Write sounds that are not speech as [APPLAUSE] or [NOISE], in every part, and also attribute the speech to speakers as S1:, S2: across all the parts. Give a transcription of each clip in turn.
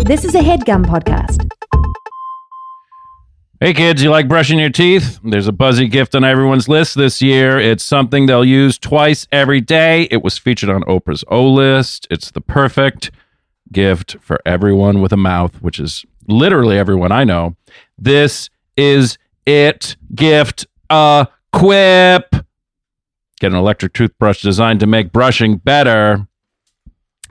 S1: This is a headgum podcast.
S2: Hey kids, you like brushing your teeth? There's a buzzy gift on everyone's list this year. It's something they'll use twice every day. It was featured on Oprah's O List. It's the perfect gift for everyone with a mouth, which is literally everyone I know. This is it. Gift a quip. Get an electric toothbrush designed to make brushing better.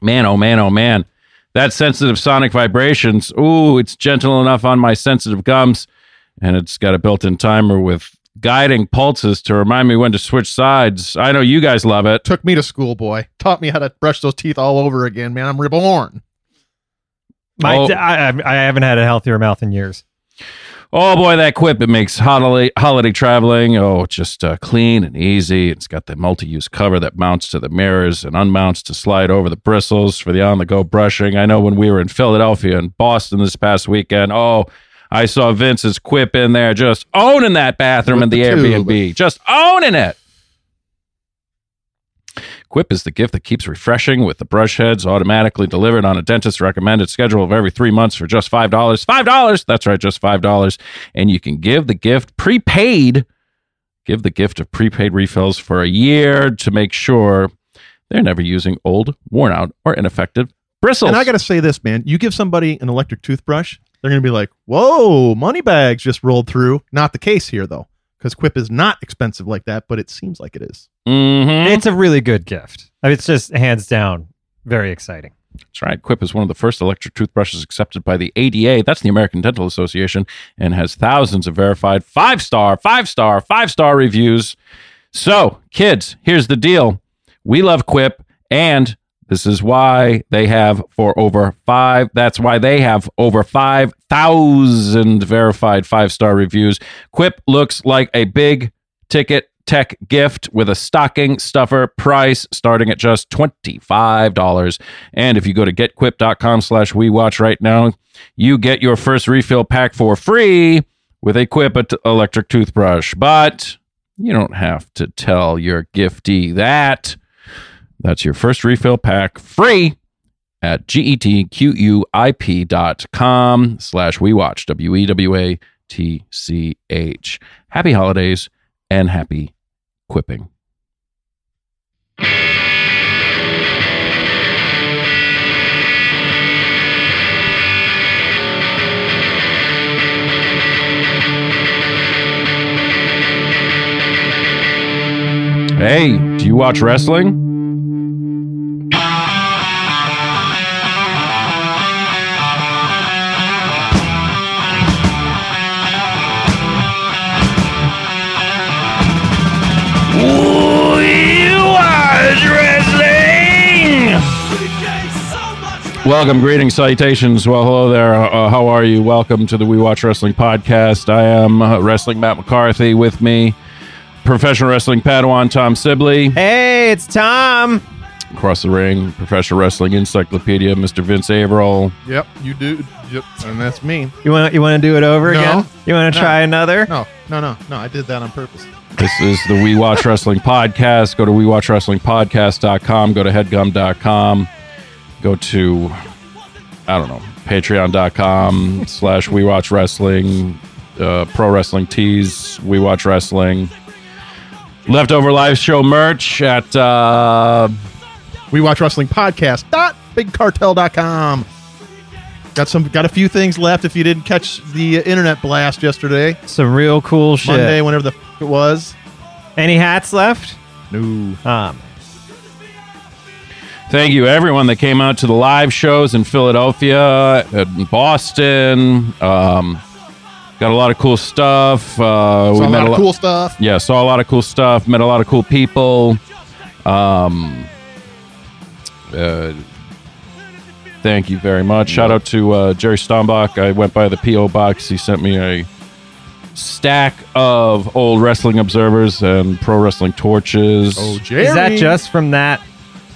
S2: Man, oh man, oh man. That sensitive sonic vibrations. Ooh, it's gentle enough on my sensitive gums and it's got a built-in timer with guiding pulses to remind me when to switch sides. I know you guys love it.
S3: Took me to school, boy. Taught me how to brush those teeth all over again, man. I'm reborn.
S4: My,
S2: Oh.
S4: I, I- I haven't had a healthier mouth in years.
S2: Oh boy, that quip it makes holiday holiday traveling oh just uh, clean and easy. It's got the multi-use cover that mounts to the mirrors and unmounts to slide over the bristles for the on-the-go brushing. I know when we were in Philadelphia and Boston this past weekend, oh I saw Vince's quip in there just owning that bathroom
S3: With
S2: in the,
S3: the tube.
S2: Airbnb. Just owning it. Quip is the gift that keeps refreshing with the brush heads automatically delivered on a dentist recommended schedule of every three months for just $5. $5! That's right, just $5. And you can give the gift prepaid. Give the gift of prepaid refills for a year to make sure they're never using old, worn out, or ineffective bristles.
S3: And I got to say this, man. You give somebody an electric toothbrush, they're going to be like, whoa, money bags just rolled through. Not the case here, though, because Quip is not expensive like that, but it seems like it is. Mm-hmm.
S2: Mhm.
S4: It's a really good gift. I mean, it's just hands down very exciting.
S2: That's right. Quip is one of the first electric toothbrushes accepted by the ADA. That's the American Dental Association and has thousands of verified five star, five star, five star reviews. So, kids, here's the deal we love Quip, and this is why they have for over five, that's why they have over 5,000 verified five star reviews. Quip looks like a big ticket tech gift with a stocking stuffer price starting at just $25. And if you go to getquip.com slash we watch right now, you get your first refill pack for free with a Quip et- electric toothbrush. But you don't have to tell your giftee that. That's your first refill pack free at E getquip.com slash we watch, E W-E-W-A-T-C-H. Happy holidays and happy quipping. Hey, do you watch wrestling? Welcome, greetings, salutations. Well, hello there. Uh, how are you? Welcome to the We Watch Wrestling podcast. I am uh, Wrestling Matt McCarthy with me, professional wrestling Padawan Tom Sibley.
S4: Hey, it's Tom.
S2: Across the ring, professional wrestling encyclopedia, Mr. Vince Averill.
S3: Yep, you do. Yep. And that's me.
S4: You want you want to do it over
S3: No.
S4: again? You want to
S3: No.
S4: try another?
S3: No, no, no, no. I did that on purpose.
S2: This is the We Watch Wrestling Podcast. Go to WeWatchWrestlingPodcast.com. Go to HeadGum.com. Go to, I don't know, Patreon.com slash We Watch Wrestling, uh, Pro Wrestling Tees, We Watch Wrestling. Leftover live show merch at uh,
S3: We watch wrestling podcast. Dot bigcartel.com. Got some, got a few things left. If you didn't catch the uh, internet blast yesterday,
S4: Some real cool shit.
S3: Monday, whenever the f- it was.
S4: Any hats left?
S3: No.
S4: Um,
S2: Thank you, everyone that came out to the live shows in Philadelphia, in Boston. Um, got a lot of cool stuff. Uh,
S3: Saw a lot
S2: a
S3: of
S2: lo-
S3: cool stuff.
S2: Yeah, saw a lot of cool stuff. Met a lot of cool people. Um, uh, thank you very much. Shout out to uh, Jerry Stombach. I went by the PO box. He sent me a stack of old wrestling observers and pro wrestling torches.
S3: Oh, Jerry.
S4: is that just from that?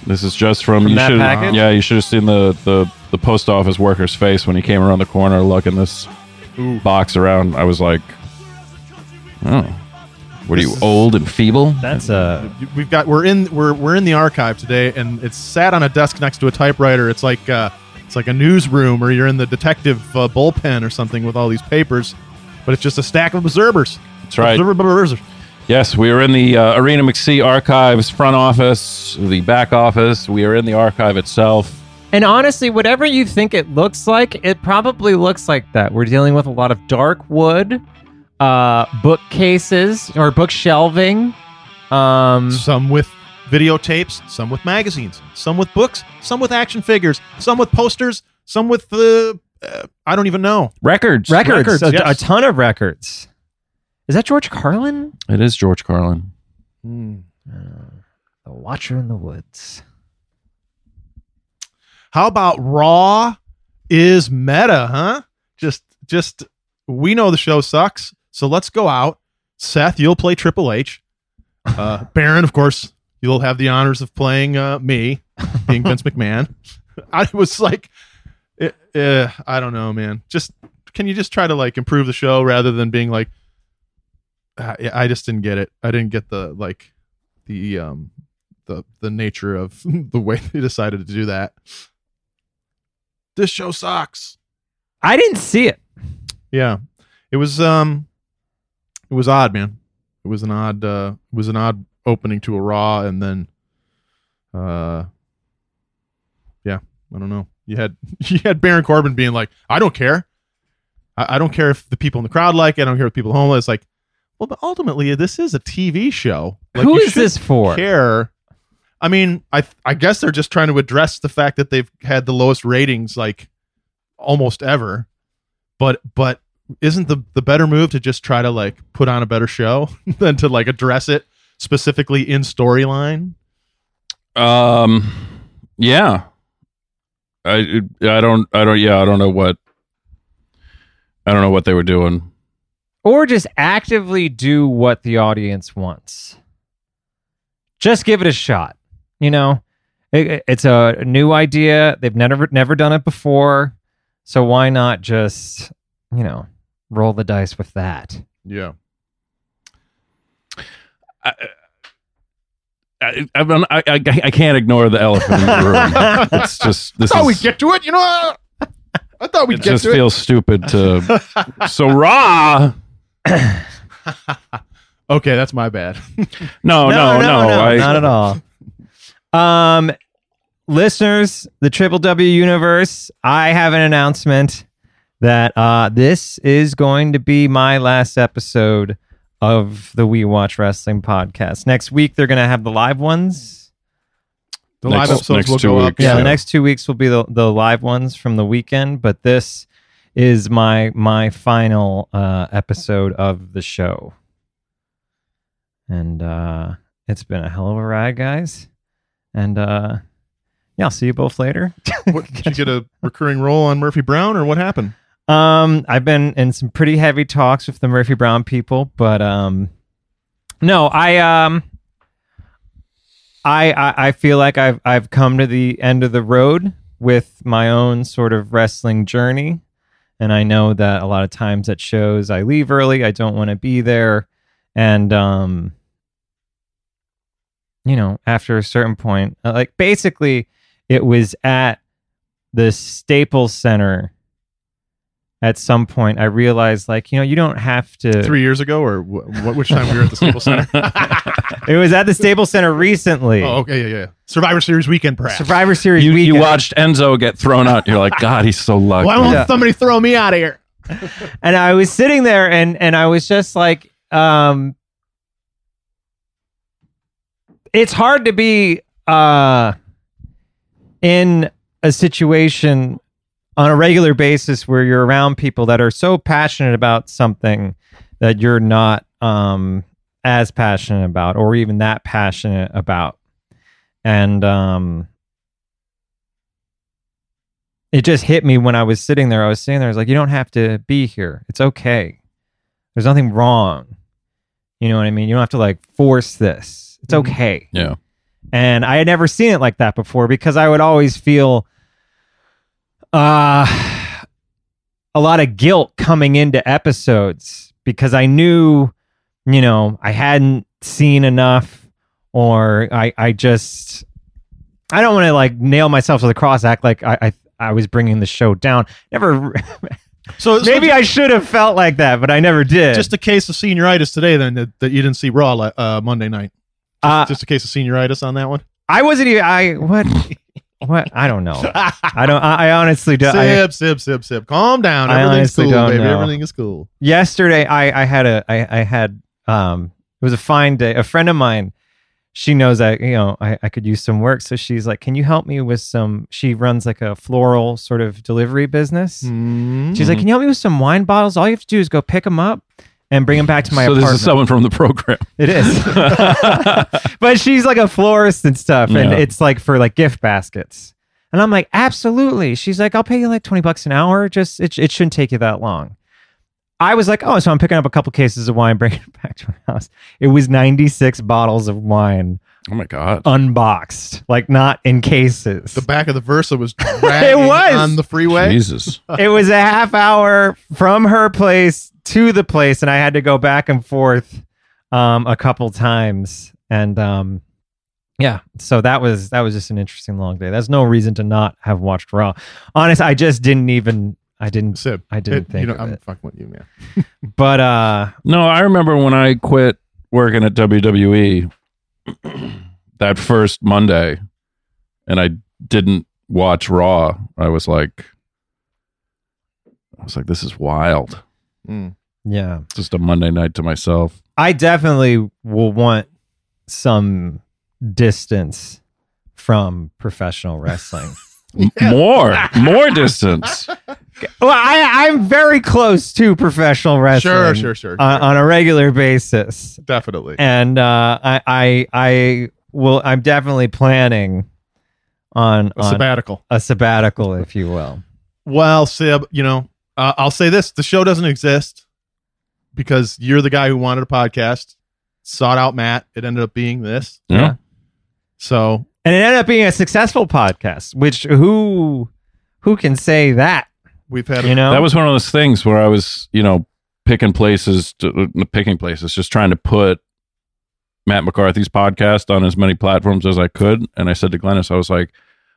S2: This is just from,
S4: From
S2: you
S4: that
S2: should-
S4: package?
S2: Yeah, you should have seen the, the the post office worker's face when he came around the corner looking this box around. I was like, oh, what are
S3: This
S2: you
S3: is-
S2: old and feeble?
S4: That's a
S3: We've got we're in we're we're in the archive today, and it's sat on a desk next to a typewriter. It's like uh, It's like a newsroom, or you're in the detective uh, bullpen or something with all these papers, but it's just a stack of observers.
S2: That's right.
S3: Observer- observers.
S2: Yes, we are in the uh, Arena McSee archives front office, the back office. We are in the archive itself.
S4: And honestly, whatever you think it looks like, it probably looks like that. We're dealing with a lot of dark wood, uh, bookcases or book shelving. Um,
S3: Some with videotapes, some with magazines, some with books, some with action figures, some with posters, some with the. Uh, I don't even know.
S2: Records.
S4: records,
S3: records,
S4: a,
S3: yes.
S4: a ton of records. Is that George Carlin?
S2: It is George Carlin.
S4: The Watcher in the Woods.
S3: How about Raw is meta, huh? Just just we know the show sucks, so let's go out. Seth, you'll play Triple H. Uh Baron, of course, you'll have the honors of playing uh me, being Vince McMahon. [LAUGHS] I was like it, eh, I don't know, man. Just can you just try to like improve the show rather than being like I, I just didn't get it. I didn't get the like the um the the nature of [LAUGHS] the way they decided to do that. This show sucks.
S4: I didn't see it.
S3: Yeah. It was um it was odd, man. It was an odd uh it was an odd opening to a raw and then uh yeah, I don't know. You had [LAUGHS] you had Baron Corbin being like, I don't care. I, I don't care if the people in the crowd like it, I don't care if people at home like it." it's like well, but ultimately, this is a TV show. Like,
S4: Who
S3: you
S4: is
S3: should
S4: this for?
S3: care. I mean, I th- I guess they're just trying to address the fact that they've had the lowest ratings like almost ever. But but isn't the the better move to just try to like put on a better show [LAUGHS] than to like address it specifically in storyline?
S2: Um, yeah. I I don't I don't yeah I don't know what I don't know what they were doing.
S4: Or just actively do what the audience wants. Just give it a shot. You know, It- it's a new idea. They've never never done it before, so why not just you know roll the dice with that?
S3: Yeah.
S2: I, I, I'm- I, I, I can't ignore the elephant in the room. [LAUGHS] It's just this
S3: I [LAUGHS] thought
S2: is,
S3: we'd get to it, you know. I I thought we'd
S2: it
S3: get
S2: just
S3: to
S2: feels stupid to so
S3: [LAUGHS]
S2: raw.
S3: it. Okay, that's my bad. [LAUGHS]
S2: No, no, no, I,
S4: not at all. Um, listeners, the Triple W universe, I have an announcement that uh, this is going to be my last episode of the We Watch Wrestling podcast. Next week, they're going to have the live ones.
S3: The
S2: Next-
S3: live episodes
S2: next
S3: will
S2: two
S3: go up.
S2: weeks,
S4: Yeah,
S2: So-
S4: the next two weeks will be the, the live ones from the weekend, but this is my my final uh, episode of the show, and uh, it's been a hell of a ride, guys. And uh, yeah, I'll see you both later.
S3: [LAUGHS] What, did you get a recurring role on Murphy Brown, or what happened?
S4: [LAUGHS] Um, I've been in some pretty heavy talks with the Murphy Brown people, but um, no, I um, I, I I feel like I've I've come to the end of the road with my own sort of wrestling journey, and I know that a lot of times at shows I leave early. I don't want to be there, and um, you know, after a certain point, uh, like basically, it was at the Staples Center at some point I realized like, you know, you don't have to
S3: Three years ago, or wh- what? Which time we were at the
S2: [LAUGHS]
S3: Staples Center?
S4: It was at the Staples Center recently.
S3: Oh, okay, yeah, yeah. Survivor Series weekend, perhaps.
S4: Survivor Series
S2: you, you
S4: weekend.
S2: watched Enzo get thrown out. You're like, God, he's so lucky.
S3: Why won't
S4: Yeah.
S3: somebody throw me out of here?
S4: and I was sitting there and and I was just like um it's hard to be uh in a situation on a regular basis where you're around people that are so passionate about something that you're not um as passionate about or even that passionate about and um it just hit me when I was sitting there. I was sitting there. I was like, you don't have to be here. It's okay. There's nothing wrong. You know what I mean? You don't have to like force this. It's
S3: Mhm.
S4: okay.
S2: Yeah.
S4: And I had never seen it like that before because I would always feel uh, a lot of guilt coming into episodes because I knew, you know, I hadn't seen enough or I, I just, I don't want to like nail myself to the cross, act like I, I, I was bringing the show down. Never.
S3: So so
S4: [LAUGHS] maybe I should have felt like that, but I never did.
S3: just a case of senioritis today then that, that you didn't see Raw li- uh, Monday night.
S4: uh,
S3: Just a case of senioritis on that one.
S4: I wasn't even. I what? What? I
S3: [LAUGHS]
S4: don't know. I don't. I, Oh. I honestly don't. I-
S3: sip, sip, sip, sip. Calm down.
S4: I
S3: Everything's
S4: honestly
S3: cool,
S4: don't
S3: baby.
S4: know.
S3: Everything is cool.
S4: yesterday I, I had a I, I had um it was a fine day a friend of mine she knows I you know I, I could use some work so she's like can you help me with some she runs like a floral sort of delivery business she's
S2: Mm-hmm.
S4: like can you help me with some wine bottles all you have to do is go pick them up and bring them back to my
S2: so
S4: apartment
S2: this is someone from the program.
S4: it is but she's like a florist and stuff and
S2: Yeah.
S4: it's like for like gift baskets and I'm like absolutely she's like I'll pay you like 20 bucks an hour just it, it shouldn't take you that long I was like, oh, so I'm picking up a couple cases of wine, bringing it [LAUGHS] back to my house. It was 96 bottles of wine
S2: Oh my god.
S4: unboxed, like not in cases.
S3: The back of the Versa
S4: [LAUGHS]
S3: was dragging
S4: was.
S3: on the freeway.
S2: Jesus.
S4: it was a half hour from her place to the place, and I had to go back and forth um, a couple times. And um, yeah, so that was that was just an interesting long day. There's no reason to not have watched Raw. Honest, I just didn't even. I didn't,
S3: Sip.
S4: I didn't
S3: It-
S4: think
S3: you know,
S4: of
S3: I'm
S4: it.
S3: fucking with you, man.
S4: but uh,
S2: No, I remember when I quit working at WWE that first Monday and I didn't watch Raw. I was like I was like this is wild.
S3: Hmm.
S4: yeah,
S2: Just a Monday night to myself.
S4: I definitely will want some distance from professional
S3: [LAUGHS]
S4: wrestling.
S2: M- More, more
S4: [LAUGHS]
S2: distance.
S4: well, I, I'm very close to professional wrestling.
S3: Sure, sure, sure.
S4: On, Uh, on a regular basis,
S3: Definitely.
S4: and uh, I, I, I will. I'm definitely planning on
S3: a
S4: on
S3: sabbatical.
S4: a sabbatical, if you will.
S3: Well, Sib, you know, uh, I'll say this: the show doesn't exist because you're the guy who wanted a podcast, sought out Matt. It ended up being this.
S2: Yeah.
S3: So
S4: And it ended up being a successful podcast, which who who can say that?
S3: we've had
S4: You know,
S2: That was one of those things where I was, you know, picking places, to, uh, picking places, just trying to put Matt McCarthy's podcast on as many platforms as I could. And I said to Glennis, I was like,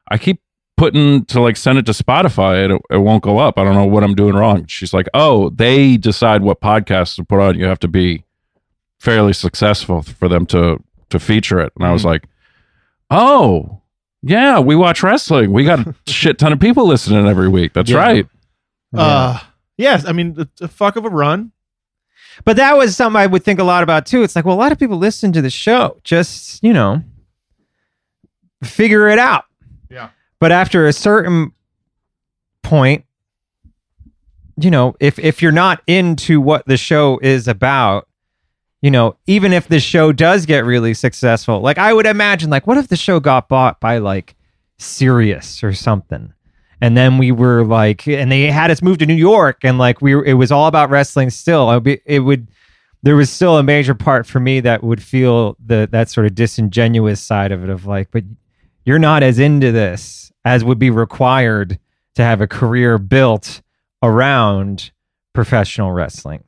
S2: I keep putting to like send it to Spotify, it, it won't go up. I don't know what I'm doing wrong. She's like, Oh, they decide what podcasts to put on. You have to be fairly successful for them to to feature it. And I was
S4: Mm-hmm.
S2: like, Oh, yeah, we watch wrestling. We got
S4: [LAUGHS]
S2: a shit ton of people listening every week. That's
S4: Yeah.
S2: right.
S4: Yeah.
S3: Uh, yes, I mean, it's a fuck of a run.
S4: But that was something I would think a lot about too. It's like, well, a lot of people listen to the show, just, you know, figure it out.
S3: Yeah.
S4: But after a certain point, you know, if if you're not into what the show is about, you know, even if the show does get really successful, like I would imagine, like, what if the show got bought by like Sirius or something? and then we were like and they had us move to new york and like we were, it was all about wrestling still I would be, it would there was still a major part for me that would feel the that sort of disingenuous side of it of like but you're not as into this as would be required to have a career built around professional wrestling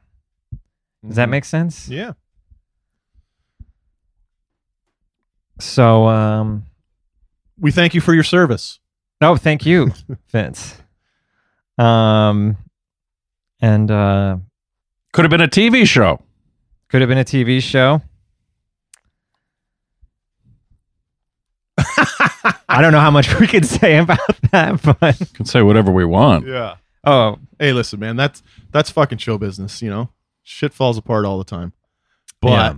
S4: does that make sense
S3: Yeah.
S4: so um
S3: We thank you for your service.
S4: No, thank you, Vince. Um, and uh,
S2: Could have been a TV show.
S4: could have been a TV show. I don't know how much we could say about that, but
S2: Can say whatever we want.
S3: Yeah.
S4: oh,
S3: Hey, listen, man, that's that's fucking show business. You know, shit falls apart all the time. But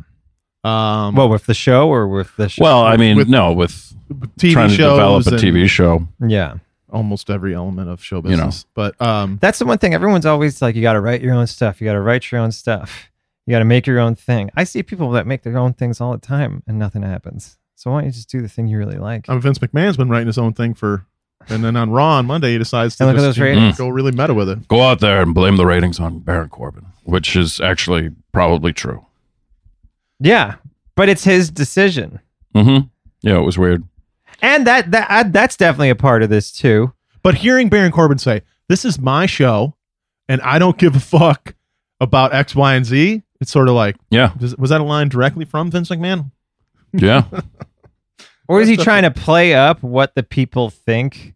S3: um,
S4: well, with the show or with the show?
S2: Well, uh, I mean,
S3: With-
S2: no, with
S3: TV
S2: trying to
S3: shows
S2: develop a
S3: and
S2: TV show.
S4: yeah,
S3: almost every element of show
S2: You know.
S3: business. But um,
S4: that's the one thing everyone's always like: you got to write your own stuff. You got to write your own stuff. You got to make your own thing. I see people that make their own things all the time, and nothing happens. So why don't you just do the thing you really like?
S3: I mean, Vince McMahon's been writing his own thing for, and then on Raw on Monday he decides to
S4: And look at
S3: just,
S4: those
S3: you know,
S4: ratings.
S3: go really meta with it.
S2: Go out there and blame the ratings on Baron Corbin, which is actually probably true.
S4: yeah, but it's his decision.
S2: Mm-hmm. Yeah, it was weird.
S4: and that that I, that's definitely a part of this too.
S3: But hearing Baron Corbin say, "This is my show, and I don't give a fuck about X, Y, and Z," it's sort of like,
S2: Yeah,
S3: does- was that a line directly from Vince McMahon?
S2: yeah.
S3: [LAUGHS]
S4: Or is he
S3: That's
S4: trying to play up what the people think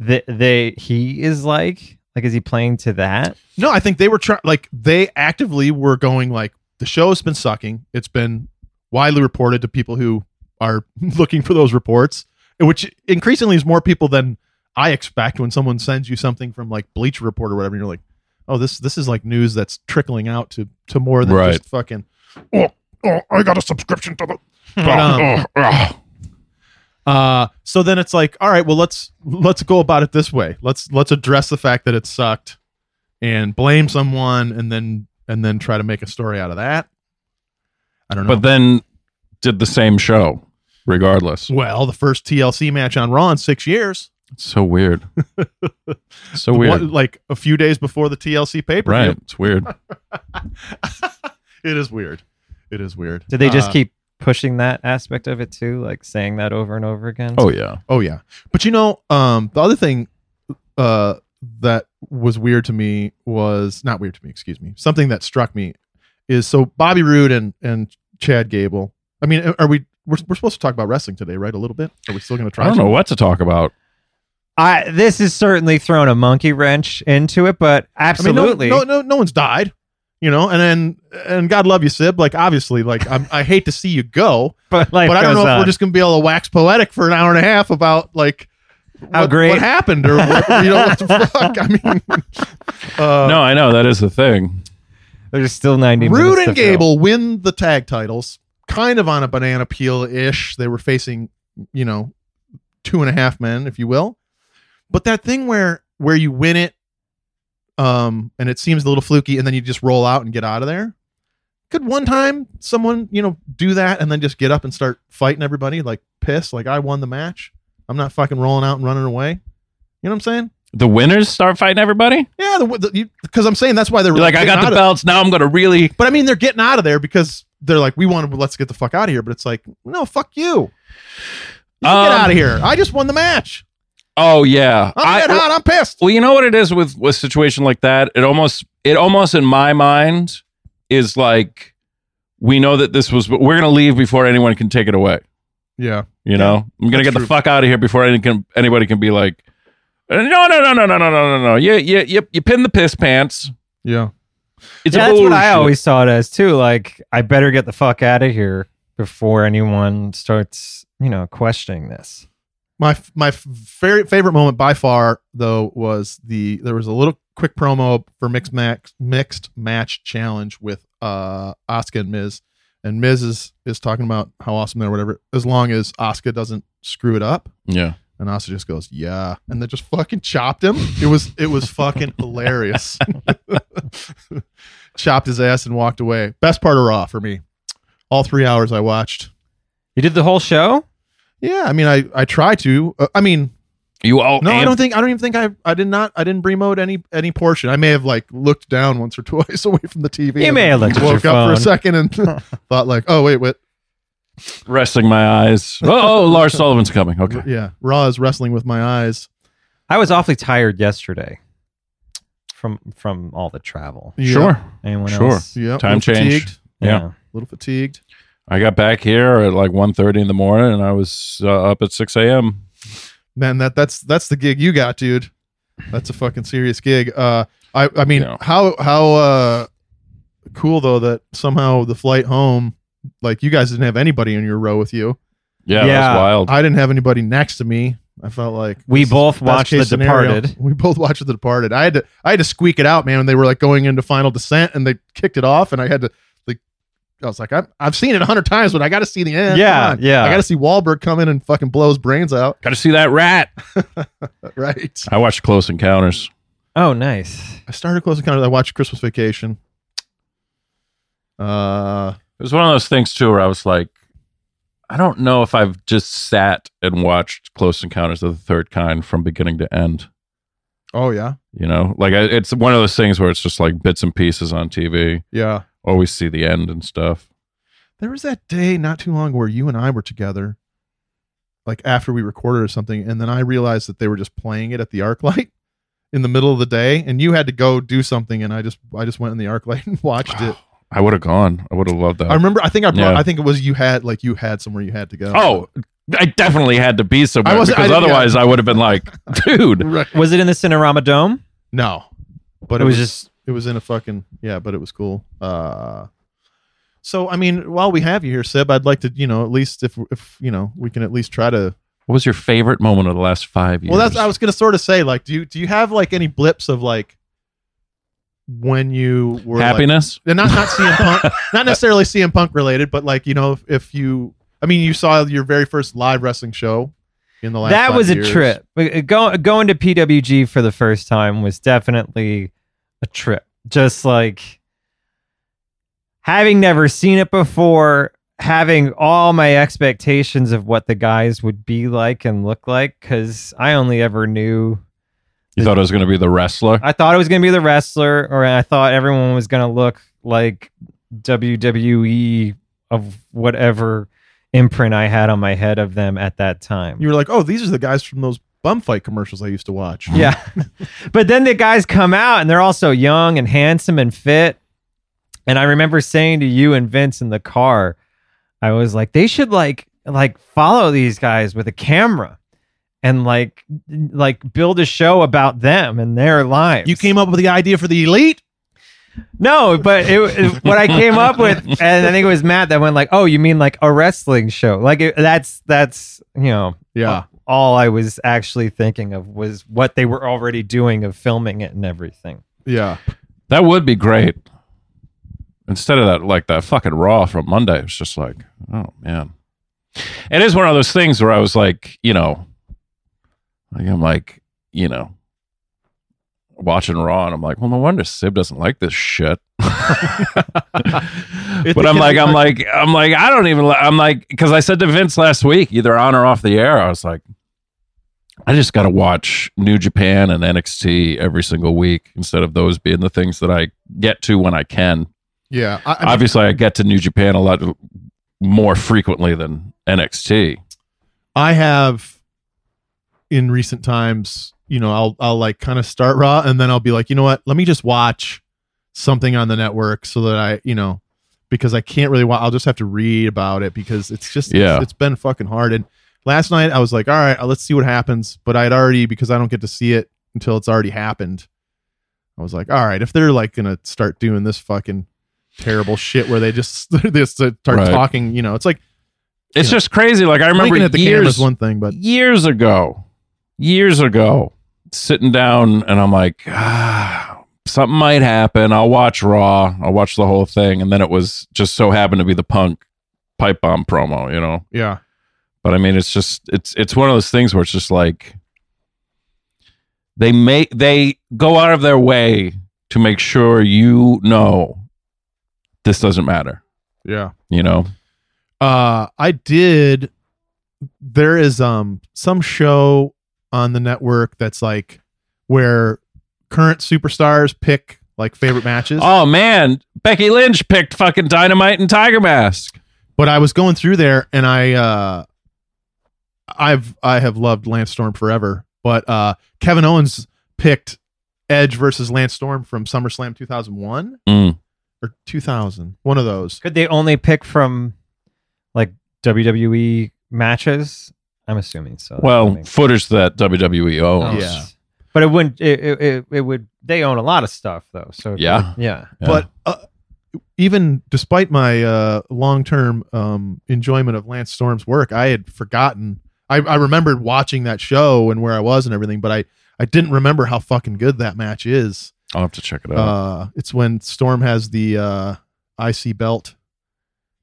S4: that they he is like like is he playing to that?
S3: No, I think they were trying. Like they actively were going. Like the show's been sucking. It's been widely reported to people who are [LAUGHS] looking for those reports, which increasingly is more people than I expect. When someone sends you something from like Bleacher Report or whatever, and you're like, "Oh, this this is like news that's trickling out to to more than
S2: Right.
S3: just fucking."
S5: Oh, I got a subscription to the.
S3: [LAUGHS] Um,
S5: Oh, oh.
S3: uh, so then it's like, all right, well let's let's go about it this way. Let's let's address the fact that it sucked, and blame someone, and then and then try to make a story out of that. I don't know.
S2: But then did the same show, regardless.
S3: Well, the first TLC match on Raw in six years.
S2: It's so weird. so
S3: What,
S2: weird.
S3: like a few days before the TLC pay per view.
S2: Right. It's weird.
S3: It is weird. It is weird.
S4: Did they just
S3: Uh,
S4: keep pushing that aspect of it too, like saying that over and over again?
S2: Oh, yeah.
S3: Oh yeah. But you know, um, the other thing uh, that was weird to me was not weird to me. Excuse me. Something that struck me is so Bobby Roode and and Chad Gable. I mean, are we? We're, we're supposed to talk about wrestling today, right? A little bit. Are we still going to try?
S2: I don't
S3: to?
S2: know what to talk about.
S4: I this has certainly thrown a monkey wrench into it, but
S3: I mean, no-
S4: absolutely.
S3: no, no, no, one's died, you know. And then, and God love you, Sib. Like, obviously, like I'm, I hate to see you go,
S4: [LAUGHS] but like,
S3: but I don't know if we're just gonna be able to wax poetic for an hour and a half about like
S4: How
S3: what,
S4: great.
S3: what happened or what, you know what the
S4: [LAUGHS]
S3: fuck. I mean, uh,
S2: no, I know. That is the thing.
S4: there's still ninety.
S3: Rude
S4: minutes
S3: and
S4: to fill.
S3: Gable win the tag titles, kind of on a banana peel ish. They were facing, you know, two and a half men, if you will. But that thing where where you win it, um, and it seems a little fluky, and then you just roll out and get out of there. Could one time someone you know do that and then just get up and start fighting everybody like piss like I won the match? I'm not fucking rolling out and running away. You know what I'm saying?
S2: The winners start fighting everybody?
S3: Yeah, because the, because I'm saying that's why they're
S2: You're like, I
S3: getting out
S2: got
S3: of
S2: the
S3: there.
S2: belts. Now I'm going to really.
S3: But I mean, they're getting out of there because they're like, we want to let's get the fuck out of here. But it's like, no, fuck you. You
S2: Um,
S3: get out of here. I just won the match.
S2: Oh, yeah.
S3: I'm
S2: I-
S3: red hot. I'm pissed.
S2: Well, you know what it is with with situation like that. It almost it almost in my mind is like we know that this was we're gonna leave before anyone can take it away.
S3: Yeah.
S2: You know, I'm gonna
S3: that's
S2: get the
S3: true.
S2: fuck out of here before any can, anybody can be like, no, no, no, no, no, no, no, no, no. You you you, you pin the piss pants.
S3: Yeah.
S2: It's
S4: yeah, that's what I
S2: bullshit.
S4: always saw it as too. Like, I better get the fuck out of here before anyone starts, you know, questioning this.
S3: My f- my f- very favorite moment by far though was the there was a little quick promo for mixed max mixed match challenge with uh Asuka and Miz, and Miz is is talking about how awesome they're whatever as long as Asuka doesn't screw it up.
S2: Yeah,
S3: And Asuka just goes, yeah, and then just fucking chopped him. It was it was
S4: [LAUGHS]
S3: fucking hilarious. [LAUGHS] chopped his ass and walked away. Best part of Raw for me. All three hours I watched.
S4: You did the whole show.
S3: Yeah, I mean, I I try to. Uh, I mean,
S2: you all.
S3: no, I
S2: am-
S3: don't think I don't even think I I did not I didn't remote any any portion. I may have like looked down once or [LAUGHS] twice away from the TV.
S4: You
S3: and
S4: may have looked at your
S3: woke up for
S4: phone.
S3: a second
S4: [LAUGHS]
S3: and thought like, oh wait, wait,
S2: resting my
S3: [LAUGHS]
S2: eyes. Oh, oh Lars Sullivan's coming. Okay,
S3: yeah, Raw is wrestling with my eyes.
S4: I was awfully tired yesterday from from all the travel.
S3: Yeah,
S2: sure.
S4: Anyone
S2: Sure.
S4: else?
S3: yeah,
S2: Time
S3: little
S2: change.
S3: fatigued,
S2: Yeah.
S3: a little fatigued.
S2: I got back here at like 1.30 in the morning, and I was uh, up at six a.m.
S3: man that that's that's the gig you got dude that's a fucking serious gig uh i i mean
S2: Yeah.
S3: how how uh cool though that somehow the flight home like you guys didn't have anybody in your row with you
S2: Yeah, that
S4: Yeah.
S2: was wild.
S3: i didn't have anybody next to me i felt like
S4: We
S3: this is
S4: both
S3: best
S4: watched The
S3: case scenario.
S4: Departed.
S3: we both watched the departed i had to i had to squeak it out man when they were like going into final descent and they kicked it off and i had to like I was like, I've, I've seen it a hundred times, but I got to see the end.
S4: Yeah,
S3: Come on.
S4: yeah.
S3: I got to see Wahlberg come in and fucking blow his brains out. [LAUGHS]
S2: Got to see that rat.
S3: Right.
S2: I watched Close Encounters.
S4: Oh, nice.
S3: I started Close Encounters. I watched Christmas Vacation. Uh,
S2: It was one of those things too, where I was like, I don't know if I've just sat and watched Close Encounters of the Third Kind from beginning to end.
S3: oh yeah,
S2: You know, like I, it's one of those things where it's just like bits and pieces on TV.
S3: yeah.
S2: Always see the end and stuff.
S3: There was that day not too long where you and I were together, like after we recorded or something, and then I realized that they were just playing it at the [LAUGHS] ArcLight in the middle of the day, and you had to go do something, and I just I just went in the ArcLight [LAUGHS] and watched it.
S2: I would have gone. I would have loved that.
S3: I remember. I think I brought,
S2: Yeah.
S3: I think it was you had like you had somewhere you had to go.
S2: oh, I definitely had to be somewhere
S3: I wasn't- I
S2: because
S3: didn't- yeah.
S2: otherwise I would have been like, dude,
S3: Right.
S4: Was it in the Cinerama Dome?
S3: No, but
S4: it was just
S3: it was in a fucking yeah, but it was cool. Uh, so I mean, while we have you here, Seb, I'd like to you know at least if if you know we can at least try to.
S2: what was your favorite moment of the last five years?
S3: Well, that's I was gonna sort of say like, do you do you have like any blips of like when you were like-
S2: happiness.
S3: and not not CM
S4: [LAUGHS]
S3: Punk, not necessarily CM Punk related, but like you know if, if you, I mean, you saw your very first live wrestling show in the last.
S4: that
S3: five
S4: was a
S3: years.
S4: trip. Uh, Go, going to PWG for the first time was definitely a trip. Just like having never seen it before, having all my expectations of what the guys would be like and look like, because I only ever knew
S2: You thought I was going to be the wrestler.
S4: I thought it was going to be the wrestler, or I thought everyone was going to look like WWE of whatever imprint I had on my head of them at that time.
S3: You were like, oh, these are the guys from those bum fight commercials I used to watch.
S4: Yeah. [LAUGHS] but then the guys come out and they're also young and handsome and fit. And I remember saying to you and Vince in the car, I was like, they should like like follow these guys with a camera and like like build a show about them and their lives.
S3: You came up with the idea for the elite.
S4: No, but it, it- what I came up with,
S3: [LAUGHS]
S4: and I think it was Matt that went like, "Oh, you mean like a wrestling show? Like it, that's that's you know,
S3: Yeah.
S4: all I was actually thinking of was what they were already doing of filming it and everything.
S3: Yeah.
S2: That would be great. Instead of that, like that fucking raw from Monday, it was just like, oh man. It is one of those things where I was like, you know, like I'm like, you know, watching Raw, and I'm like, well, no wonder Sib doesn't like this shit. [LAUGHS] but I'm like, I'm like, I'm like, I don't even. li- I'm like, because I said to Vince last week, either on or off the air, I was like, I just got to watch New Japan and NXT every single week instead of those being the things that I get to when I can.
S3: Yeah. I, I mean,
S2: Obviously, I get to New Japan a lot more frequently than NXT.
S3: I have in recent times, you know, I'll I'll like kind of start raw and then I'll be like, you know what? Let me just watch something on the network so that I, you know, because I can't really watch. I'll just have to read about it because it's just it's-
S2: Yeah.
S3: it's been fucking hard. And last night I was like, all right, let's see what happens. But I'd already because I don't get to see it until it's already happened. I was like, all right, if they're like gonna start doing this fucking terrible shit where they just [LAUGHS] they just start
S2: Right.
S3: talking, you know, it's like
S2: It's
S3: Yeah.
S2: just crazy. Like I remember
S3: blinking at the
S2: years,
S3: camera's one thing, but
S2: years ago, years ago, sitting down and I'm like, ah, something might happen. I'll watch Raw. I'll watch the whole thing. And then it was just so happened to be the punk pipe bomb promo, you know?
S3: yeah.
S2: But I mean, it's just it's it's one of those things where it's just like they make they go out of their way to make sure you know this doesn't matter,
S3: Yeah.
S2: you know.
S3: Uh I did there is um some show on the network that's like where current superstars pick like favorite matches.
S2: Oh man, Becky Lynch picked fucking Dynamite and Tiger Mask.
S3: But I was going through there and I uh I've I have loved Lance Storm forever, but uh Kevin Owens picked Edge versus Lance Storm from SummerSlam 2001
S2: Mm.
S3: or 2000, one of those.
S4: Could they only pick from like WWE matches? I'm assuming so.
S2: Well, footage that E, WWE
S4: Oh.
S2: owns.
S3: Yeah.
S4: but it wouldn't. It, it, it, it would. They own a lot of stuff though. So
S2: Yeah.
S4: yeah.
S2: Yeah.
S3: but uh, even despite my uh, long-term um, enjoyment of lance storm's work i had forgotten I, I remembered watching that show and where i was and everything but i i didn't remember how fucking good that match is
S2: I'll have to check it out.
S3: uh, it's when storm has the uh, ic belt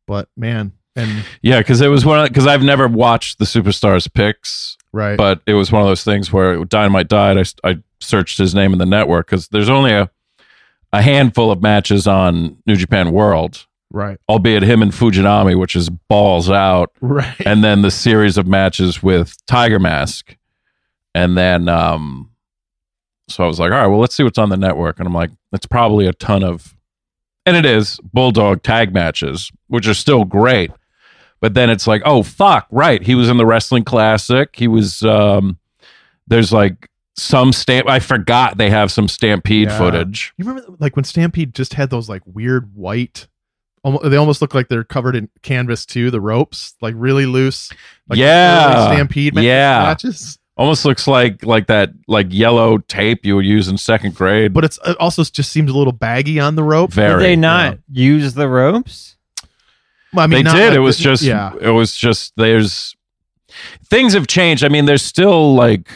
S3: but man and
S2: yeah, because it was one because I've never watched the superstars picks,
S3: right
S2: but it was one of those things where Dynamite died. I, s- I searched his name in the network because there's only a a handful of matches on New Japan World,
S3: right [LAUGHS]
S2: albeit him and Fujinami, which is balls out,
S3: right
S2: and then the series of matches with Tiger Mask, and then um, so I was like, all right, well, let's see what's on the network, and I'm like, it's probably a ton of, and it is Bulldog tag matches, which are still great, but then it's like, oh fuck, right, he was in the wrestling classic, he was, um, there's like some stamp, I forgot they have some Stampede
S3: Yeah.
S2: footage.
S3: you remember like when stampede just had those like weird white almo- they almost look like they're covered in canvas too. The ropes like really loose. Like
S2: Yeah.
S3: early stampede.
S2: Yeah.
S3: matches.
S2: Almost looks like like that like yellow tape you would use in second grade.
S3: But it's it also just seems a little baggy on the rope.
S2: Very.
S4: Did they not use the ropes?
S3: Well, I mean,
S2: they
S3: not
S2: did.
S3: like
S2: it was
S3: the-
S2: just.
S3: yeah.
S2: It was just. There's things have changed. I mean, there's still like,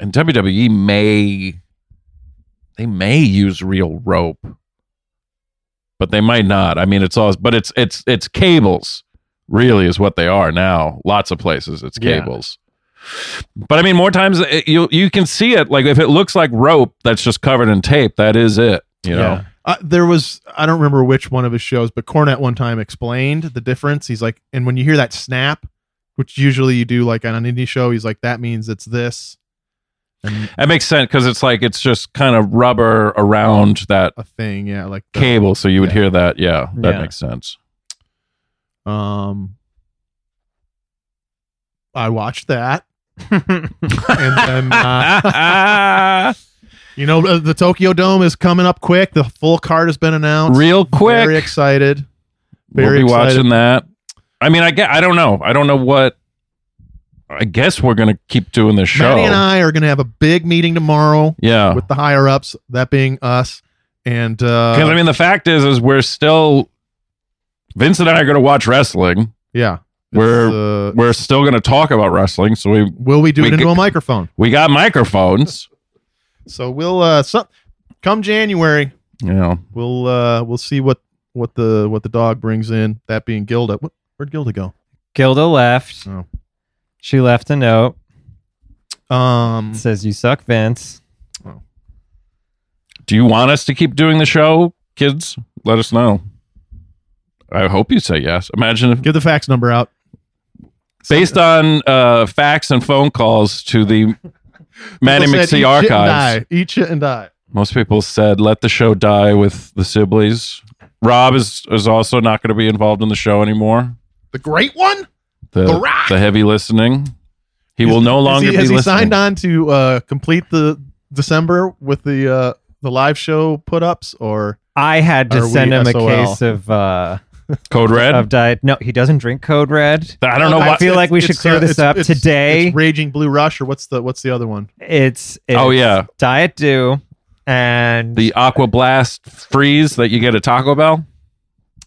S2: and WWE E may they may use real rope, but they might not. I mean, it's all. But it's it's it's cables. Really, is what they are now. Lots of places, it's
S4: Yeah.
S2: cables. But I mean, more times it, you you can see it. Like if it looks like rope that's just covered in tape, that is it. You know.
S3: Yeah. Uh, there was I don't remember which one of his shows, but Cornette one time explained the difference. He's like, and when you hear that snap, which usually you do like on an indie show, he's like, that means it's this. And
S2: That makes sense because it's like it's just kind of rubber around that
S3: a thing, yeah, like the-
S2: cable, so you would
S3: Yeah.
S2: hear that. Yeah, that
S4: Yeah.
S2: makes sense. [LAUGHS]
S3: Um, I
S2: [LAUGHS]
S3: watched that, and then uh, you know uh, the Tokyo Dome is coming up quick. The full card has been announced.
S2: Real quick,
S3: very excited.
S2: we'll
S3: very
S2: be
S3: excited.
S2: watching that. I mean, I get. I don't know. I don't know what. I guess we're gonna keep doing this show.
S3: Maddie and I are going to have a big meeting tomorrow
S2: yeah,
S3: with the higher ups, that being us. And uh,
S2: because I mean, the fact is, is we're still. Vince and I are gonna watch wrestling.
S3: Yeah.
S2: We're-
S3: It's, uh,
S2: We're still gonna talk about wrestling, so we
S3: will we do
S2: we
S3: it into
S2: get-
S3: a microphone?
S2: we got microphones.
S3: So we'll uh some, come January,
S2: You know,
S3: we'll uh we'll see what what the what the dog brings in. That being Gilda. What, where'd Gilda go?
S4: Gilda left.
S3: Oh.
S4: She left a note.
S3: Um
S2: Hmm.
S4: It says, You suck, Vince.
S2: do you want us to keep doing the show, kids? Let us know. I hope you say yes. Imagine if
S3: give the fax number out.
S2: based on uh, facts and phone calls to
S3: [LAUGHS]
S2: the Manny
S3: People said,
S2: McSee
S3: "Eat shit and
S2: archives.
S3: die. Eat shit and die.
S2: Most people said, "Let the show die with the Sibleys." Rob is is also not going to be involved in the show anymore.
S3: The great one?
S2: The
S3: The Rock!
S2: the heavy listening, he
S3: Is-
S2: will no
S3: Has
S2: longer
S3: he,
S2: be
S3: has he
S2: listening.
S3: signed on to uh complete the December with the uh the live show put ups or
S4: I had to
S3: Are we
S4: send him
S3: SOL?
S4: a case of uh
S2: Code Red.
S4: of diet. No, he doesn't drink Code Red.
S2: I don't know
S4: I
S2: why.
S4: feel like we should
S3: It's,
S4: clear
S3: uh,
S4: this
S3: it's-
S4: up
S3: it's-
S4: today.
S3: it's Raging Blue Rush or what's the what's the other one?
S4: It's, it's
S2: Oh, yeah.
S4: Diet Dew, and
S2: The Aqua Blast freeze that you get at Taco Bell.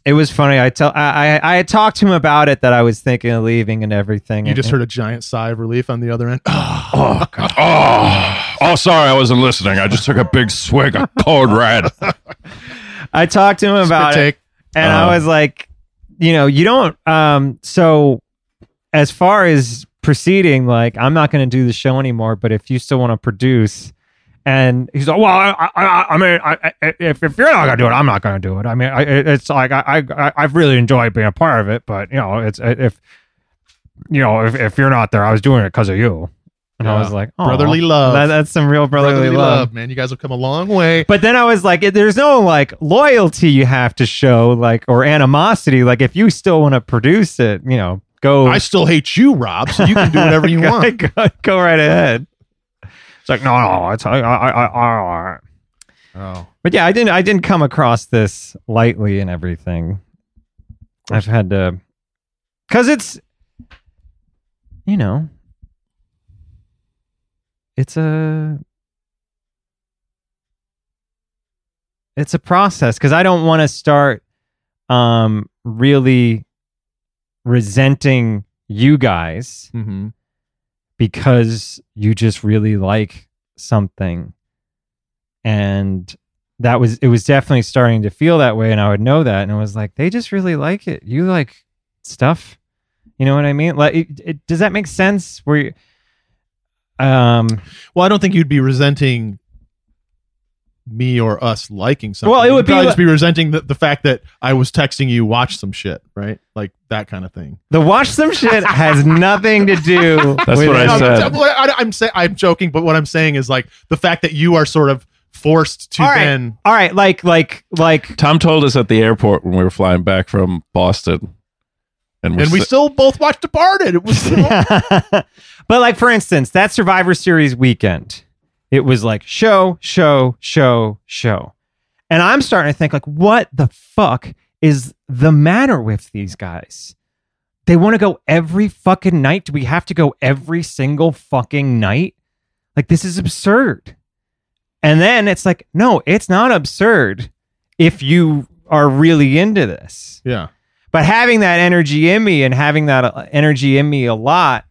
S4: it was funny. I tell I, I I had talked to him about it that I was thinking of leaving and everything.
S3: You
S4: and-
S3: just heard a giant sigh of relief on the other end.
S2: Oh, God. oh, oh! Sorry, I wasn't listening. I just took a big swig of Code Red.
S4: I talked to him [LAUGHS] about it,
S3: take.
S4: and
S2: Uh-huh.
S4: I was like, you know, you don't. Um, so as far as proceeding, like, I'm not going to do the show anymore. But if you still want to produce, and he's like, well, I, I, I- I mean, I, I, if if you're not going to do it, I'm not going to do it. I mean, I, it- it's like I, I, I- I've really enjoyed being a part of it, but you know, it's if you know, if, if you're not there, I was doing it because of you. And I
S3: Yeah.
S4: was like, "Aw."
S3: Brotherly love.
S4: That- that's some real brotherly, love.
S3: man. You guys have come a long way.
S4: But then I was like, there's no like loyalty you have to show, like, or animosity. Like, if you still want to produce it, you know, go.
S3: I still hate you, Rob. So you
S4: [LAUGHS]
S3: can do whatever you
S4: go,
S3: want.
S4: Go, go right ahead. It's like, no, no, it's, I, I, I, I, I.
S3: Oh,
S4: But yeah, I didn't, I didn't come across this lightly and everything. I've had to, cause it's, you know, it's a, it's a process. Cause I don't want to start, um, really resenting you guys
S3: mm-hmm.
S4: because you just really like something and that was it was definitely starting to feel that way and i would know that and it was like they just really like it you like stuff you know what i mean like it, it, does that make sense where you um
S3: well, I don't think you'd be resenting me or us liking something.
S4: Well, it
S3: You'd
S4: would be
S3: probably
S4: li-
S3: just be resenting the, the fact that I was texting you, watch some shit, right? Like that kind of thing.
S4: the watch some
S2: [LAUGHS]
S4: shit has nothing to do
S2: That's
S4: with
S2: what I
S3: No,
S2: said.
S3: I'm, I- I'm say, I'm joking, but what I'm saying is like the fact that you are sort of forced to
S4: All right.
S3: then.
S4: all right like like like
S2: Tom told us at the airport when we were flying back from Boston, and we,
S3: And we
S2: sa-
S3: still both watched Departed. It
S4: [LAUGHS]
S3: was
S4: but like for instance, that Survivor Series weekend, it was like show, show, show, show. And I'm starting to think like, what the fuck is the matter with these guys? They want to go every fucking night. Do we have to go every single fucking night? Like this is absurd. And then it's like, no, it's not absurd if you are really into this
S3: Yeah.
S4: but having that energy in me and having that uh, energy in me a lot